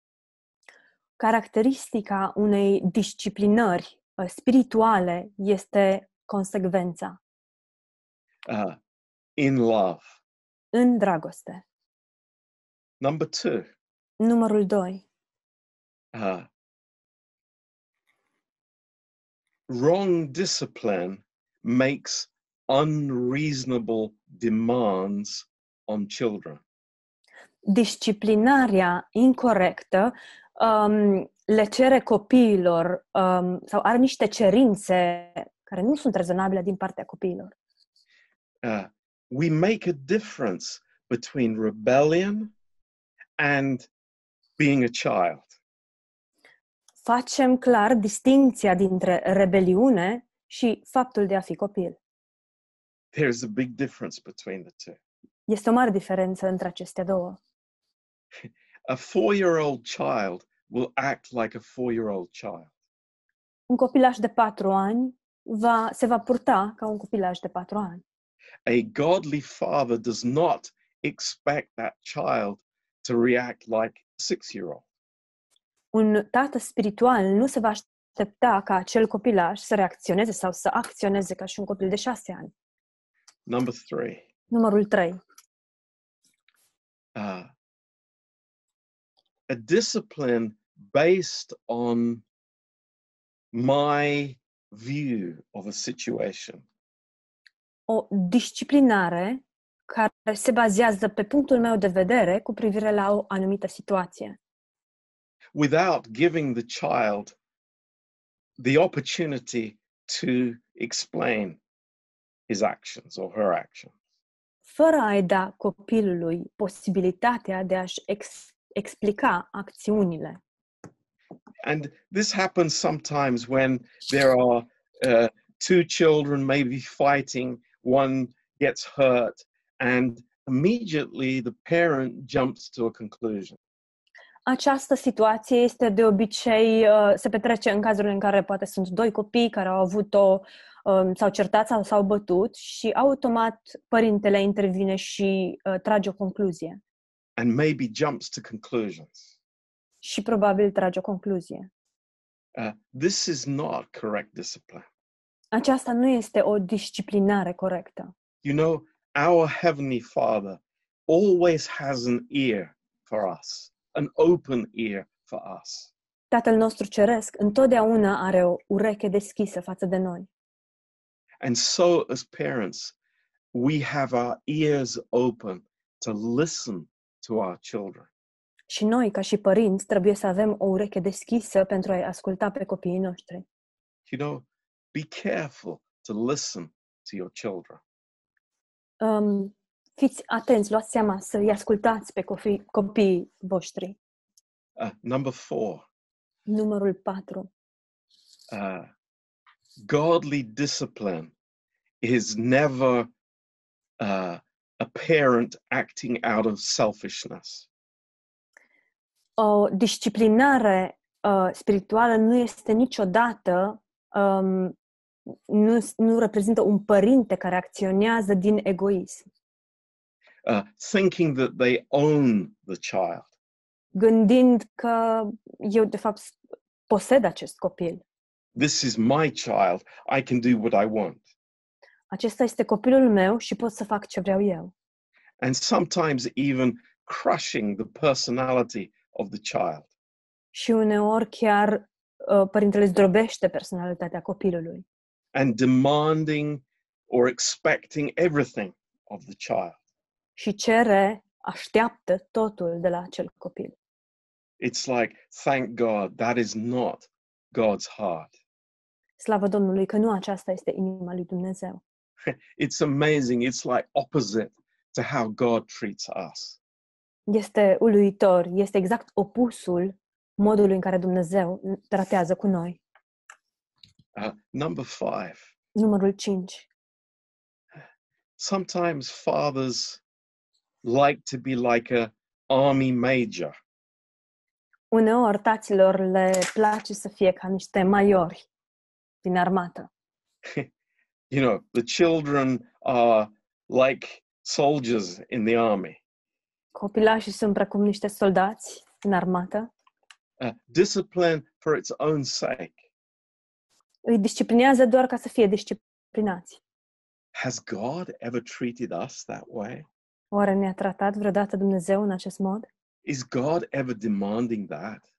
[SPEAKER 2] Caracteristica unei disciplinări uh, spirituale este consecvența
[SPEAKER 1] Uh, in love.
[SPEAKER 2] în dragoste.
[SPEAKER 1] Number two,
[SPEAKER 2] Numărul 2.
[SPEAKER 1] uh, wrong discipline makes unreasonable demands on children.
[SPEAKER 2] Disciplinarea incorrectă um, le cere copiilor um, sau are niște cerințe care nu sunt rezonabile din partea copiilor.
[SPEAKER 1] Uh, we make a difference between rebellion and being a child.
[SPEAKER 2] Facem clar distinția dintre rebeliune și faptul de a fi copil.
[SPEAKER 1] There is a big difference between the two.
[SPEAKER 2] Este o mare diferență între acestea două.
[SPEAKER 1] A four year old child will act like a four year old child.
[SPEAKER 2] un copilaș de patru ani va, se va purta ca un copilaș de patru ani.
[SPEAKER 1] A godly father does not expect that child to react like a six year old.
[SPEAKER 2] Un tată spiritual nu se va aștepta ca acel copilaș să reacționeze sau să acționeze ca și un copil de șase ani.
[SPEAKER 1] Number three,
[SPEAKER 2] Numărul 3.
[SPEAKER 1] uh, a discipline based on my view of a situation.
[SPEAKER 2] O disciplinare care se bazează pe punctul meu de vedere cu privire la o anumită situație,
[SPEAKER 1] without giving the child the opportunity to explain his actions or her action.
[SPEAKER 2] fără a-i da copilului posibilitatea de a-și ex- explica acțiunile.
[SPEAKER 1] And this happens sometimes when there are uh, two children maybe fighting, one gets hurt, and immediately the parent jumps to a conclusion.
[SPEAKER 2] Această situație este de obicei, uh, se petrece în cazurile în care poate sunt doi copii care au avut o, um, s-au certat sau s-au bătut și automat părintele intervine și uh, trage o concluzie.
[SPEAKER 1] And maybe jumps to conclusions.
[SPEAKER 2] Și probabil trage o concluzie.
[SPEAKER 1] Uh, this is not correct discipline.
[SPEAKER 2] Aceasta nu este o disciplinare corectă.
[SPEAKER 1] You know, our Heavenly Father always has an ear for us, an open ear for us.
[SPEAKER 2] Tatăl nostru ceresc întotdeauna are o ureche deschisă față de noi.
[SPEAKER 1] And so, as parents, we have our ears open to listen to our children.
[SPEAKER 2] Și noi, ca și părinți, trebuie să avem o ureche deschisă pentru a-i asculta pe copiii noștri.
[SPEAKER 1] You know, be careful to listen to your children.
[SPEAKER 2] um, fiți atenți, luați seama să îi ascultați pe cofi, copiii voștri.
[SPEAKER 1] Uh, number four,
[SPEAKER 2] Numărul 4.
[SPEAKER 1] uh, godly discipline is never uh, a parent acting out of selfishness.
[SPEAKER 2] O disciplinare uh, spirituală nu este niciodată, um, nu, nu reprezintă un părinte care acționează din egoism,
[SPEAKER 1] uh, thinking that they own the child.
[SPEAKER 2] gândind că eu, de fapt, posed acest copil.
[SPEAKER 1] This is my child. I can do what I want.
[SPEAKER 2] Acesta este copilul meu și pot să fac ce vreau eu.
[SPEAKER 1] And sometimes even crushing the personality of the child.
[SPEAKER 2] Și uneori chiar uh, părintele zdrobește personalitatea copilului.
[SPEAKER 1] And demanding or expecting everything of the child.
[SPEAKER 2] și cere, așteaptă totul de la acel copil.
[SPEAKER 1] It's like, thank God, that is not God's heart.
[SPEAKER 2] Slavă Domnului că nu aceasta este inima lui Dumnezeu.
[SPEAKER 1] It's amazing. It's like opposite to how God treats us.
[SPEAKER 2] Este uluitor, este exact opusul modului în care Dumnezeu tratează cu noi.
[SPEAKER 1] Uh, number five,
[SPEAKER 2] Numărul 5.
[SPEAKER 1] sometimes fathers like to be like a army major.
[SPEAKER 2] Uneori taților le place să fie ca niște maiori din armată.
[SPEAKER 1] You know, the children are like soldiers in the army.
[SPEAKER 2] Copilașii sunt precum niște soldați în armată.
[SPEAKER 1] Uh, discipline for its own sake.
[SPEAKER 2] Îi disciplinează doar ca să fie disciplinați.
[SPEAKER 1] Has God ever treated us that way?
[SPEAKER 2] Oare ne-a tratat vreodată Dumnezeu în acest mod?
[SPEAKER 1] Is God ever demanding that?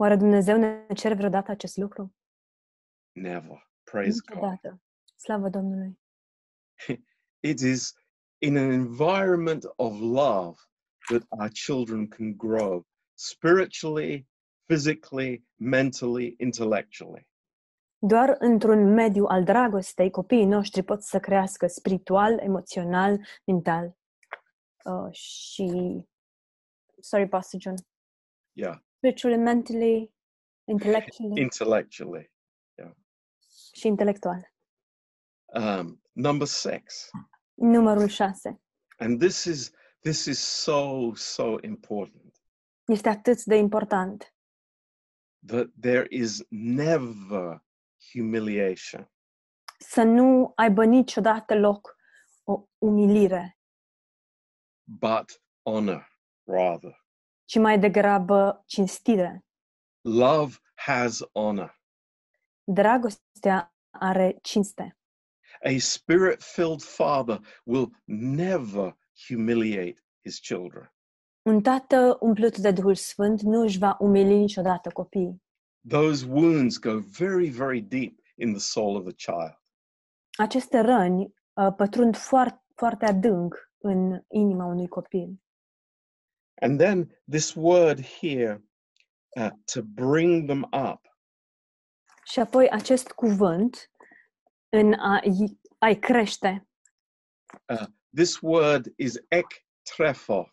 [SPEAKER 2] Oare Dumnezeu ne cere vreodată acest lucru?
[SPEAKER 1] Never. Praise God.
[SPEAKER 2] Niciodată. Slavă Domnului!
[SPEAKER 1] It is in an environment of love that our children can grow spiritually, physically, mentally, intellectually.
[SPEAKER 2] Doar într-un mediu al dragostei, copiii noștri pot să crească spiritual, emoțional, mental. Uh, și... Sorry, Pastor John.
[SPEAKER 1] Yeah,
[SPEAKER 2] Spiritually, mentally, intellectually
[SPEAKER 1] intellectually.
[SPEAKER 2] și intelectual.
[SPEAKER 1] Um, number six,
[SPEAKER 2] Numărul 6.
[SPEAKER 1] and this is this is so so important
[SPEAKER 2] Este atât de important.
[SPEAKER 1] that there is never humiliation.
[SPEAKER 2] Să nu aibă niciodată loc o umilire,
[SPEAKER 1] but honor rather.
[SPEAKER 2] ci mai degrabă cinstire.
[SPEAKER 1] Love has honor.
[SPEAKER 2] Dragostea are cinste.
[SPEAKER 1] A spirit filled father will never humiliate his children.
[SPEAKER 2] Un tată umplut de Duhul Sfânt nu își va umili niciodată copiii.
[SPEAKER 1] Those wounds go very, very deep in the soul of a child.
[SPEAKER 2] aceste răni uh, pătrund foarte, foarte adânc în inima unui copil.
[SPEAKER 1] And then this word here, uh, to bring them up,
[SPEAKER 2] Și apoi acest cuvânt în a, a crește,
[SPEAKER 1] this word is ek trefo.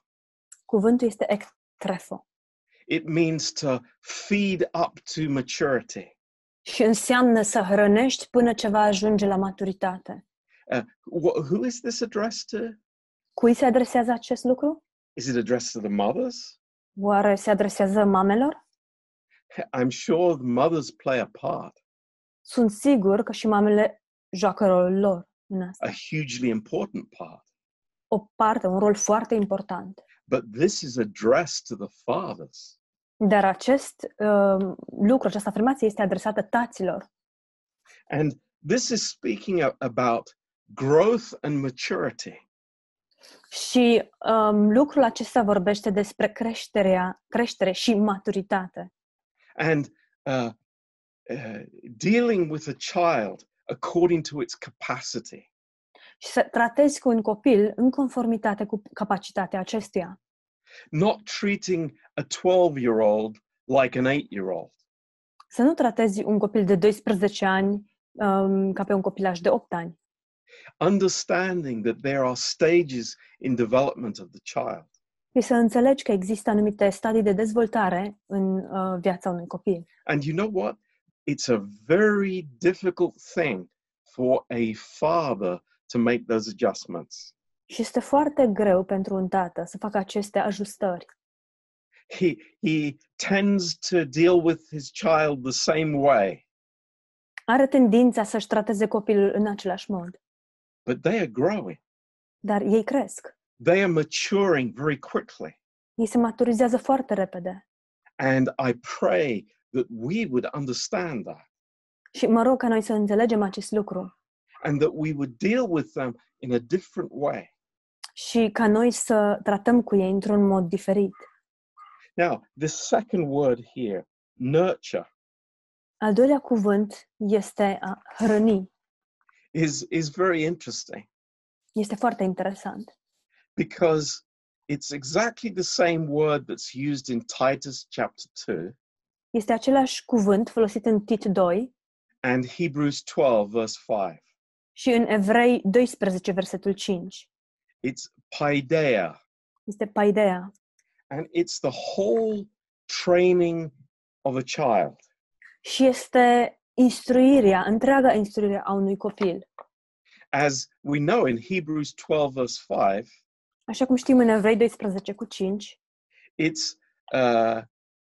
[SPEAKER 2] cuvântul este ectrefo
[SPEAKER 1] It means to feed up to maturity.
[SPEAKER 2] și înseamnă să hrănești până ce va ajunge la maturitate.
[SPEAKER 1] Uh, wh- who is this addressed to?
[SPEAKER 2] Cui se adresează acest lucru?
[SPEAKER 1] Is it addressed to the mothers?
[SPEAKER 2] Oare se adresează mamelor?
[SPEAKER 1] I'm sure the mothers play a part,
[SPEAKER 2] Sunt sigur că și mamele joacă rolul lor în asta.
[SPEAKER 1] a hugely important part.
[SPEAKER 2] O parte, un rol foarte important.
[SPEAKER 1] But this is addressed to the fathers.
[SPEAKER 2] Dar acest uh, lucru, această afirmație este adresată taților.
[SPEAKER 1] And this is speaking a- about growth and maturity.
[SPEAKER 2] Și um, lucrul acesta vorbește despre creșterea, creștere și maturitate.
[SPEAKER 1] And uh, uh, dealing with a child according to its capacity.
[SPEAKER 2] Și să tratezi cu un copil în conformitate cu capacitatea acestuia.
[SPEAKER 1] Not treating a 12 year old like an 8 year old.
[SPEAKER 2] Să nu tratezi un copil de 12 ani um, ca pe un copilaj de 8 ani.
[SPEAKER 1] Understanding that there are stages in development of the child.
[SPEAKER 2] Și Deci să înțelegi că există anumite stadii de dezvoltare în uh, viața unui copil.
[SPEAKER 1] And you know what? It's a very difficult thing for a father to make those adjustments.
[SPEAKER 2] Și este foarte greu pentru un tată să facă aceste ajustări.
[SPEAKER 1] He he tends to deal with his child the same way,
[SPEAKER 2] Are tendința să-și trateze copilul în același mod,
[SPEAKER 1] but they are growing.
[SPEAKER 2] dar ei cresc.
[SPEAKER 1] They are maturing very quickly.
[SPEAKER 2] Ei se maturizează foarte repede.
[SPEAKER 1] And I pray that we would understand that
[SPEAKER 2] Și mă rog ca noi să înțelegem acest lucru
[SPEAKER 1] and that we would deal with them in a different way.
[SPEAKER 2] și ca noi să tratăm cu ei într-un mod diferit.
[SPEAKER 1] Now, this second word here, nurture,
[SPEAKER 2] Al doilea cuvânt este a hrăni.
[SPEAKER 1] is is very interesting.
[SPEAKER 2] Este foarte interesant
[SPEAKER 1] because It's exactly the same word that's used in Titus chapter 2
[SPEAKER 2] Este același cuvânt folosit în Tit 2
[SPEAKER 1] and Hebrews 12, verse 5.
[SPEAKER 2] și în Evrei 12, versetul 5.
[SPEAKER 1] It's paideia,
[SPEAKER 2] Este paideia
[SPEAKER 1] and it's the whole training of a child.
[SPEAKER 2] și este instruirea, întreaga instruire a unui copil.
[SPEAKER 1] As we know in Hebrews 12, verse 5,
[SPEAKER 2] Așa cum știm în Evrei 12 cu 5,
[SPEAKER 1] it's uh,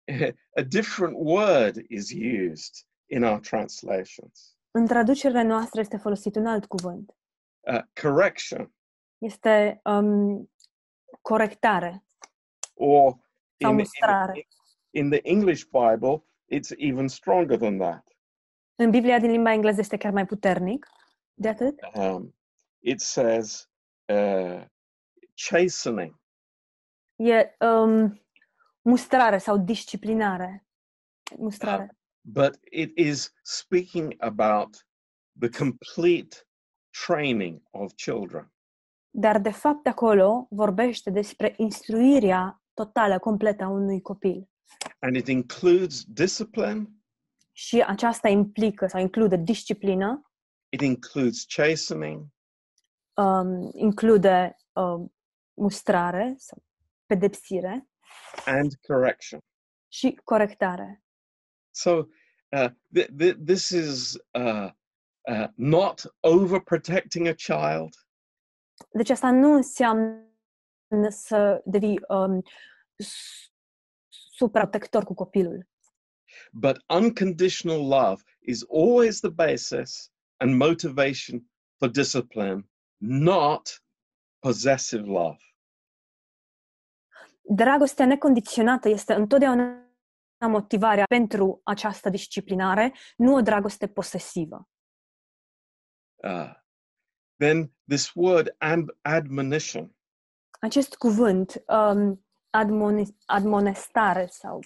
[SPEAKER 1] a different word is used in our translations.
[SPEAKER 2] în traducerea noastră este folosit un alt cuvânt.
[SPEAKER 1] Uh, correction,
[SPEAKER 2] Este um, corectare
[SPEAKER 1] or
[SPEAKER 2] sau
[SPEAKER 1] in, in,
[SPEAKER 2] mustrare.
[SPEAKER 1] in the English Bible, it's even stronger than that.
[SPEAKER 2] În Biblia din limba engleză este chiar mai puternic. De atât?
[SPEAKER 1] Um, it says uh, chastening,
[SPEAKER 2] E um, mustrare sau disciplinare. Mustrare.
[SPEAKER 1] but it is speaking about the complete training of children.
[SPEAKER 2] Dar, de fapt, acolo vorbește despre instruirea totală, completă a unui copil.
[SPEAKER 1] And it includes discipline,
[SPEAKER 2] Și aceasta implică sau include disciplină,
[SPEAKER 1] it includes chastening,
[SPEAKER 2] um, include um, mustrare sau pedepsire
[SPEAKER 1] and correction.
[SPEAKER 2] și corectare.
[SPEAKER 1] So uh, th- th- this is uh, uh, not overprotecting a child.
[SPEAKER 2] Deci asta nu înseamnă să devii um, s- supraptector cu copilul.
[SPEAKER 1] But unconditional love is always the basis and motivation for discipline, not possessive love.
[SPEAKER 2] Dragostea necondiționată este întotdeauna motivarea pentru această disciplinare, nu o dragoste posesivă.
[SPEAKER 1] Uh, then this word am- admonition,
[SPEAKER 2] Acest cuvânt, um, admoni- admonestare sau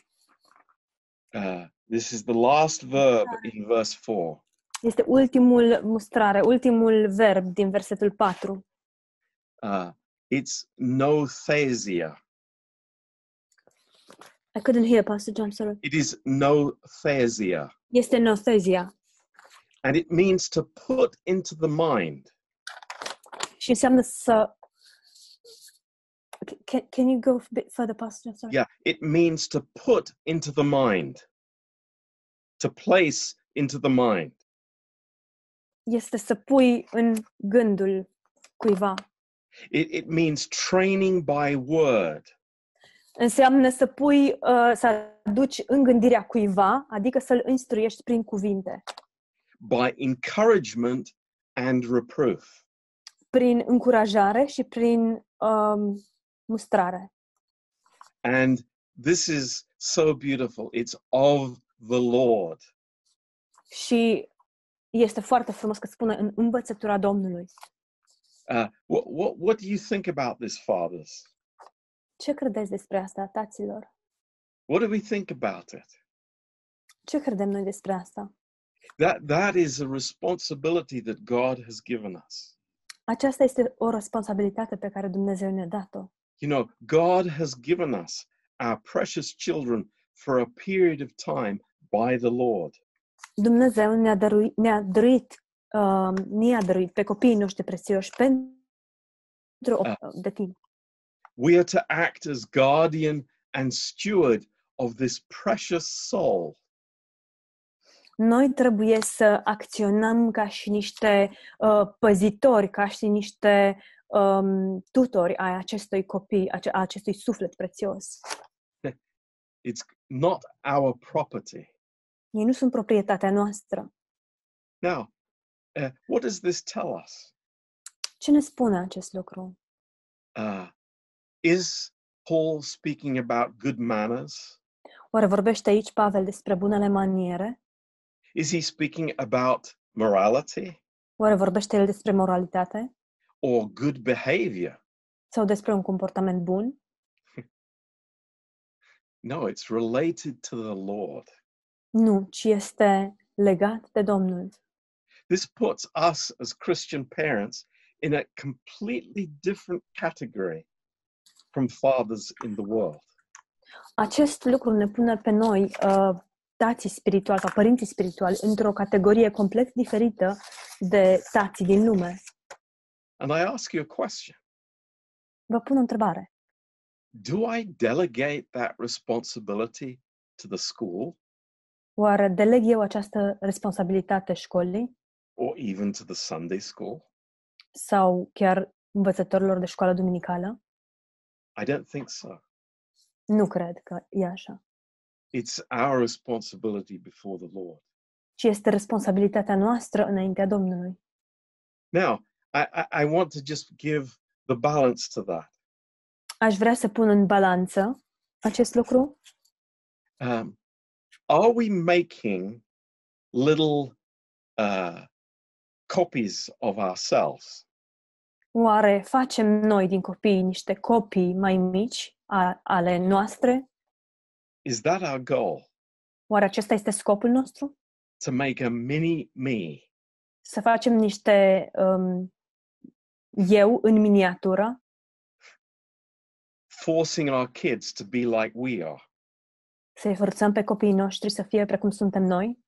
[SPEAKER 1] uh, this is the last verb in verse 4.
[SPEAKER 2] este ultimul mustrare, ultimul verb din versetul 4.
[SPEAKER 1] Uh, it's nothesia.
[SPEAKER 2] I couldn't hear, Pastor John, sorry.
[SPEAKER 1] It is nothesia.
[SPEAKER 2] Este nothezia
[SPEAKER 1] and it means to put into the mind.
[SPEAKER 2] și înseamnă să... Can, can you go a bit further, Pastor John, sorry?
[SPEAKER 1] Yeah, it means to put into the mind, to place into the mind.
[SPEAKER 2] Este să pui în gândul cuiva.
[SPEAKER 1] It, it means training by word,
[SPEAKER 2] Înseamnă să pui, uh, să aduci în gândirea cuiva, adică să-l instruiești prin cuvinte,
[SPEAKER 1] by encouragement and reproof.
[SPEAKER 2] prin încurajare și prin um, mustrare.
[SPEAKER 1] And this is so beautiful. It's of the Lord.
[SPEAKER 2] Și este foarte frumos că spune în învățătura Domnului.
[SPEAKER 1] Uh, what, what, what do you think about this, fathers?
[SPEAKER 2] Ce credeți despre asta, taților?
[SPEAKER 1] What do we think about it?
[SPEAKER 2] Ce credem noi despre asta?
[SPEAKER 1] That, that is a responsibility that God has given us.
[SPEAKER 2] Aceasta este o responsabilitate pe care Dumnezeu ne-a dat-o.
[SPEAKER 1] You know, God has given us our precious children for a period of time by the Lord.
[SPEAKER 2] Dumnezeu ne-a dăruit, ne-a dăruit, uh, ne-a dăruit pe copiii noștri prețioși pentru o,
[SPEAKER 1] Ah.
[SPEAKER 2] de timp.
[SPEAKER 1] We are to act as guardian and steward of this precious soul.
[SPEAKER 2] Noi trebuie să acționăm ca și niște uh, păzitori, ca și niște um, tutori ai acestui copii, ace- a acestui suflet prețios.
[SPEAKER 1] It's not our property.
[SPEAKER 2] Ei nu sunt proprietatea noastră.
[SPEAKER 1] Now, uh, what does this tell us?
[SPEAKER 2] Ce ne spune acest lucru?
[SPEAKER 1] Uh, is Paul speaking about good manners?
[SPEAKER 2] Oare vorbește aici Pavel despre bunele maniere?
[SPEAKER 1] Is he speaking about morality
[SPEAKER 2] Oare vorbește el despre moralitate?
[SPEAKER 1] or good behavior?
[SPEAKER 2] Sau despre un comportament bun?
[SPEAKER 1] No, it's related to the Lord.
[SPEAKER 2] Nu, ci este legat de Domnul.
[SPEAKER 1] This puts us as Christian parents in a completely different category from fathers in the world.
[SPEAKER 2] Acest lucru ne pune pe noi, uh, tații spirituali sau părinții spirituali, într-o categorie complet diferită de tații din lume.
[SPEAKER 1] And I ask you a question
[SPEAKER 2] Vă pun o întrebare.
[SPEAKER 1] Do I delegate that responsibility to the school
[SPEAKER 2] Oare deleg eu această responsabilitate școlii
[SPEAKER 1] or even to the Sunday school?
[SPEAKER 2] sau chiar învățătorilor de școală duminicală?
[SPEAKER 1] I don't think so.
[SPEAKER 2] Nu cred că e așa.
[SPEAKER 1] It's our responsibility before the Lord.
[SPEAKER 2] Ci este responsabilitatea noastră înaintea Domnului.
[SPEAKER 1] Now, I, I, I want to just give the balance to that.
[SPEAKER 2] Aș vrea să pun în balanță acest lucru
[SPEAKER 1] um, are we making little uh, copies of ourselves?
[SPEAKER 2] Oare facem noi din copii niște copii mai mici a, ale noastre?
[SPEAKER 1] Is that our goal?
[SPEAKER 2] Oare acesta este scopul nostru?
[SPEAKER 1] To make a mini me?
[SPEAKER 2] Să facem niște um, eu în miniatură,
[SPEAKER 1] Forcing our kids to be like we are?
[SPEAKER 2] să-i forțăm pe copiii noștri să fie precum suntem noi?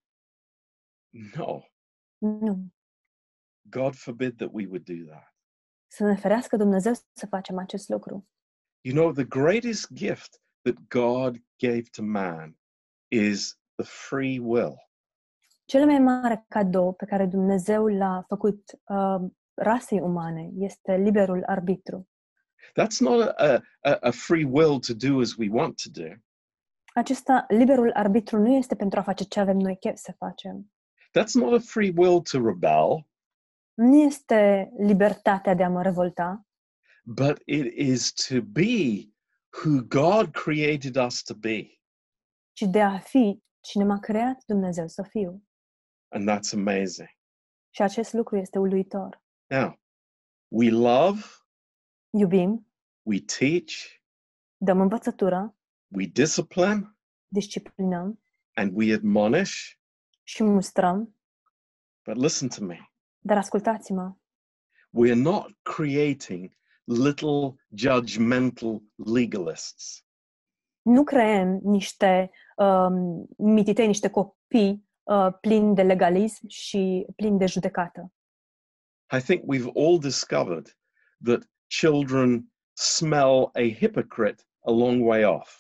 [SPEAKER 1] No,
[SPEAKER 2] Nu.
[SPEAKER 1] God forbid that we would do that.
[SPEAKER 2] Să ne ferească Dumnezeu să facem acest lucru.
[SPEAKER 1] You know, the greatest gift that God gave to man is the free will.
[SPEAKER 2] Cel mai mare cadou pe care Dumnezeu l-a făcut uh, rasei umane este liberul arbitru.
[SPEAKER 1] That's not a, a, a free will to do as we want to do.
[SPEAKER 2] Acesta, liberul arbitru nu este pentru a face ce avem noi chef să facem.
[SPEAKER 1] That's not a free will to rebel.
[SPEAKER 2] nu este libertatea de a mă revolta,
[SPEAKER 1] but it is to be who God created us to be.
[SPEAKER 2] ci de a fi cine m-a creat Dumnezeu să fiu.
[SPEAKER 1] And that's amazing.
[SPEAKER 2] Și acest lucru este uluitor.
[SPEAKER 1] Now, we love,
[SPEAKER 2] Iubim,
[SPEAKER 1] we teach,
[SPEAKER 2] dăm învățătură,
[SPEAKER 1] we discipline,
[SPEAKER 2] disciplinăm
[SPEAKER 1] and we admonish.
[SPEAKER 2] și mustrăm,
[SPEAKER 1] But listen to me,
[SPEAKER 2] dar ascultați-mă,
[SPEAKER 1] we're not creating little judgmental legalists.
[SPEAKER 2] nu creăm niște um, mititei, niște copii uh, plini de legalism și plini de judecată.
[SPEAKER 1] I think we've all discovered that children smell a hypocrite a long way off.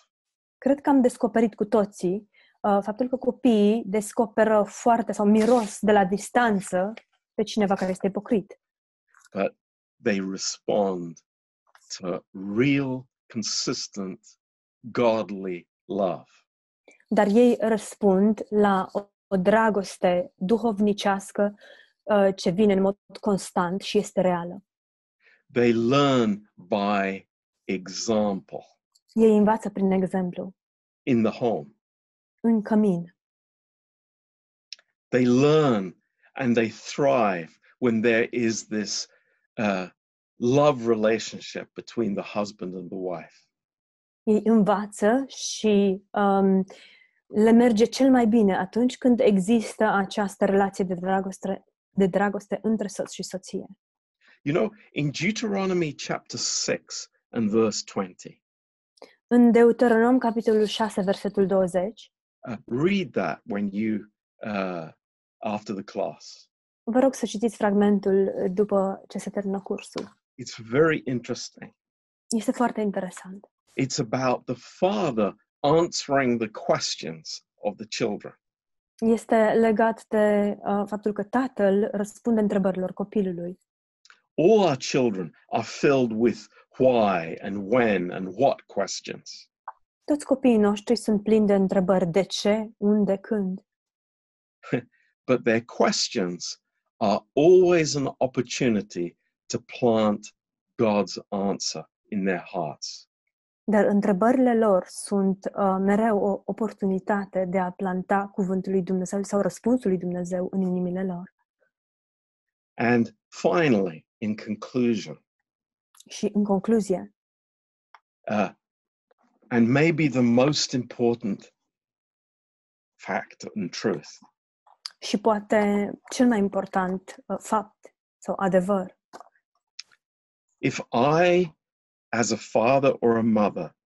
[SPEAKER 2] Cred că am descoperit cu toții uh, faptul că copiii descoperă foarte sau miros de la distanță pe cineva care este ipocrit.
[SPEAKER 1] they respond to real, consistent, godly love.
[SPEAKER 2] dar ei răspund la o, o dragoste duhovnicească uh, ce vine în mod constant și este reală.
[SPEAKER 1] They learn by example
[SPEAKER 2] Ei învață prin exemplu,
[SPEAKER 1] in the home.
[SPEAKER 2] în cămin.
[SPEAKER 1] They learn and they thrive when there is this uh, love relationship between the husband and the wife.
[SPEAKER 2] Ei învață și um, le merge cel mai bine atunci când există această relație de dragoste, de dragoste între soț și soție.
[SPEAKER 1] You know, in Deuteronomy chapter 6 and verse 20,
[SPEAKER 2] În Deuteronom, capitolul 6, versetul 20,
[SPEAKER 1] uh, read that when you, uh, after the class.
[SPEAKER 2] vă rog să citiți fragmentul uh, după ce se termină cursul.
[SPEAKER 1] It's very interesting.
[SPEAKER 2] Este foarte interesant.
[SPEAKER 1] It's about the father answering the questions of the children.
[SPEAKER 2] este legat de uh, faptul că tatăl răspunde întrebărilor copilului.
[SPEAKER 1] All our children are filled with why and when and what questions.
[SPEAKER 2] Toți copiii noștri sunt plini de întrebări de ce, unde, când,
[SPEAKER 1] But their questions are always an opportunity to plant God's answer in their hearts.
[SPEAKER 2] dar întrebările lor sunt uh, mereu o oportunitate de a planta cuvântul lui Dumnezeu sau răspunsul lui Dumnezeu în inimile lor.
[SPEAKER 1] And finally, in conclusion,
[SPEAKER 2] Și în concluzie,
[SPEAKER 1] uh, and maybe the most important fact and truth
[SPEAKER 2] și poate cel mai important uh, fapt sau adevăr,
[SPEAKER 1] if I as a father or a mother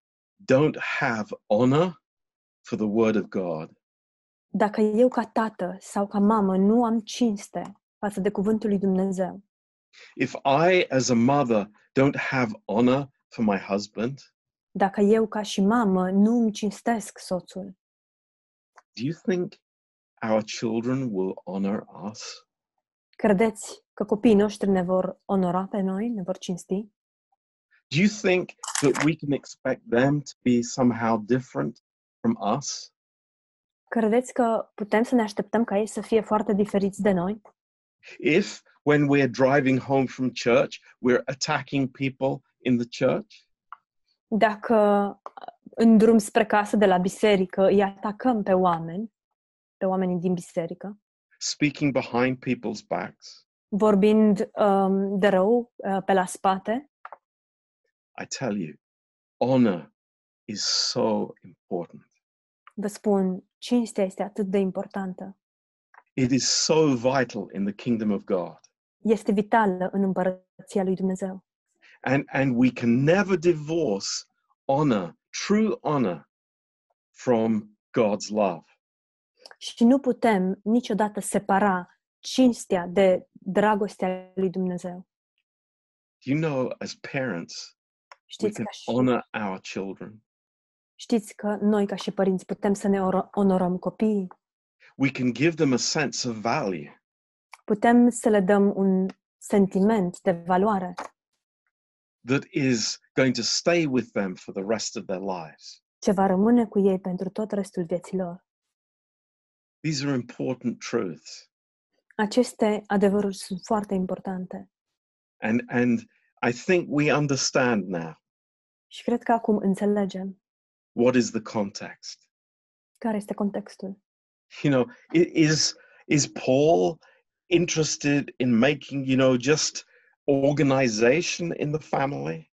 [SPEAKER 1] don't have honor for the word of God,
[SPEAKER 2] Dacă eu ca tată sau ca mamă nu am cinste față de cuvântul lui Dumnezeu,
[SPEAKER 1] if I as a mother don't have honor for my husband,
[SPEAKER 2] dacă eu ca și mamă nu îmi cinstesc soțul,
[SPEAKER 1] do you think our children will honor us?
[SPEAKER 2] credeți că copiii noștri ne vor onora pe noi, ne vor cinsti?
[SPEAKER 1] Do you think that we can expect them to be somehow different from us?
[SPEAKER 2] Credeți că putem să ne așteptăm ca ei să fie foarte diferiți de noi?
[SPEAKER 1] If, when we're driving home from church, we're attacking people in the church?
[SPEAKER 2] Dacă în drum spre casă de la biserică îi atacăm pe oameni, pe oamenii din biserică,
[SPEAKER 1] speaking behind people's backs.
[SPEAKER 2] vorbind um, de rău uh, pe la spate,
[SPEAKER 1] I tell you, honor is so important.
[SPEAKER 2] vă spun, cinstea este atât de importantă.
[SPEAKER 1] It is so vital in the kingdom of God.
[SPEAKER 2] Este vitală în împărăția lui Dumnezeu.
[SPEAKER 1] And, and we can never divorce honor, true honor, from God's love.
[SPEAKER 2] Și nu putem niciodată separa cinstea de dragostea lui Dumnezeu.
[SPEAKER 1] You know, as parents, we
[SPEAKER 2] Știți,
[SPEAKER 1] can
[SPEAKER 2] ca și,
[SPEAKER 1] honor our children.
[SPEAKER 2] știți că noi, ca și părinți, putem să ne oro- onorăm copiii,
[SPEAKER 1] We can give them a sense of value.
[SPEAKER 2] putem să le dăm un sentiment de valoare
[SPEAKER 1] That is going to stay with them for the rest of their lives.
[SPEAKER 2] ce va rămâne cu ei pentru tot restul vieților.
[SPEAKER 1] These are important truths.
[SPEAKER 2] Aceste adevăruri sunt foarte importante
[SPEAKER 1] and and i think we understand now
[SPEAKER 2] și cred că acum înțelegem
[SPEAKER 1] what is the context
[SPEAKER 2] care este contextul.
[SPEAKER 1] you know i- is is paul interested in making you know just organization in the family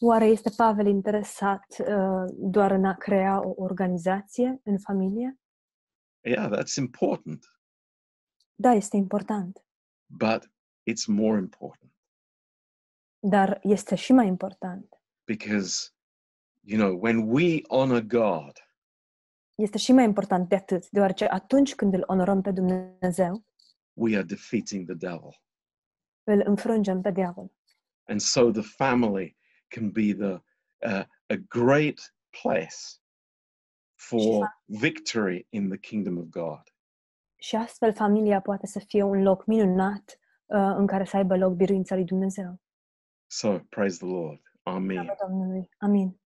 [SPEAKER 2] Oare este Pavel interesat uh, doar în a crea o organizație în familie?
[SPEAKER 1] yeah that's important
[SPEAKER 2] Da, este important,
[SPEAKER 1] but it's more important
[SPEAKER 2] dar este și mai important.
[SPEAKER 1] because you know when we honor god
[SPEAKER 2] Este și mai important de atât, deoarece atunci când îl onorăm pe Dumnezeu,
[SPEAKER 1] we are defeating the devil
[SPEAKER 2] îl înfrângem pe diavol.
[SPEAKER 1] and so the family can be the uh, a great place for victory in the kingdom of god
[SPEAKER 2] Și astfel familia poate să fie un loc minunat uh, în care să aibă loc biruința lui Dumnezeu.
[SPEAKER 1] So praise the Lord. Amen.
[SPEAKER 2] Slavă Domnului. Amin.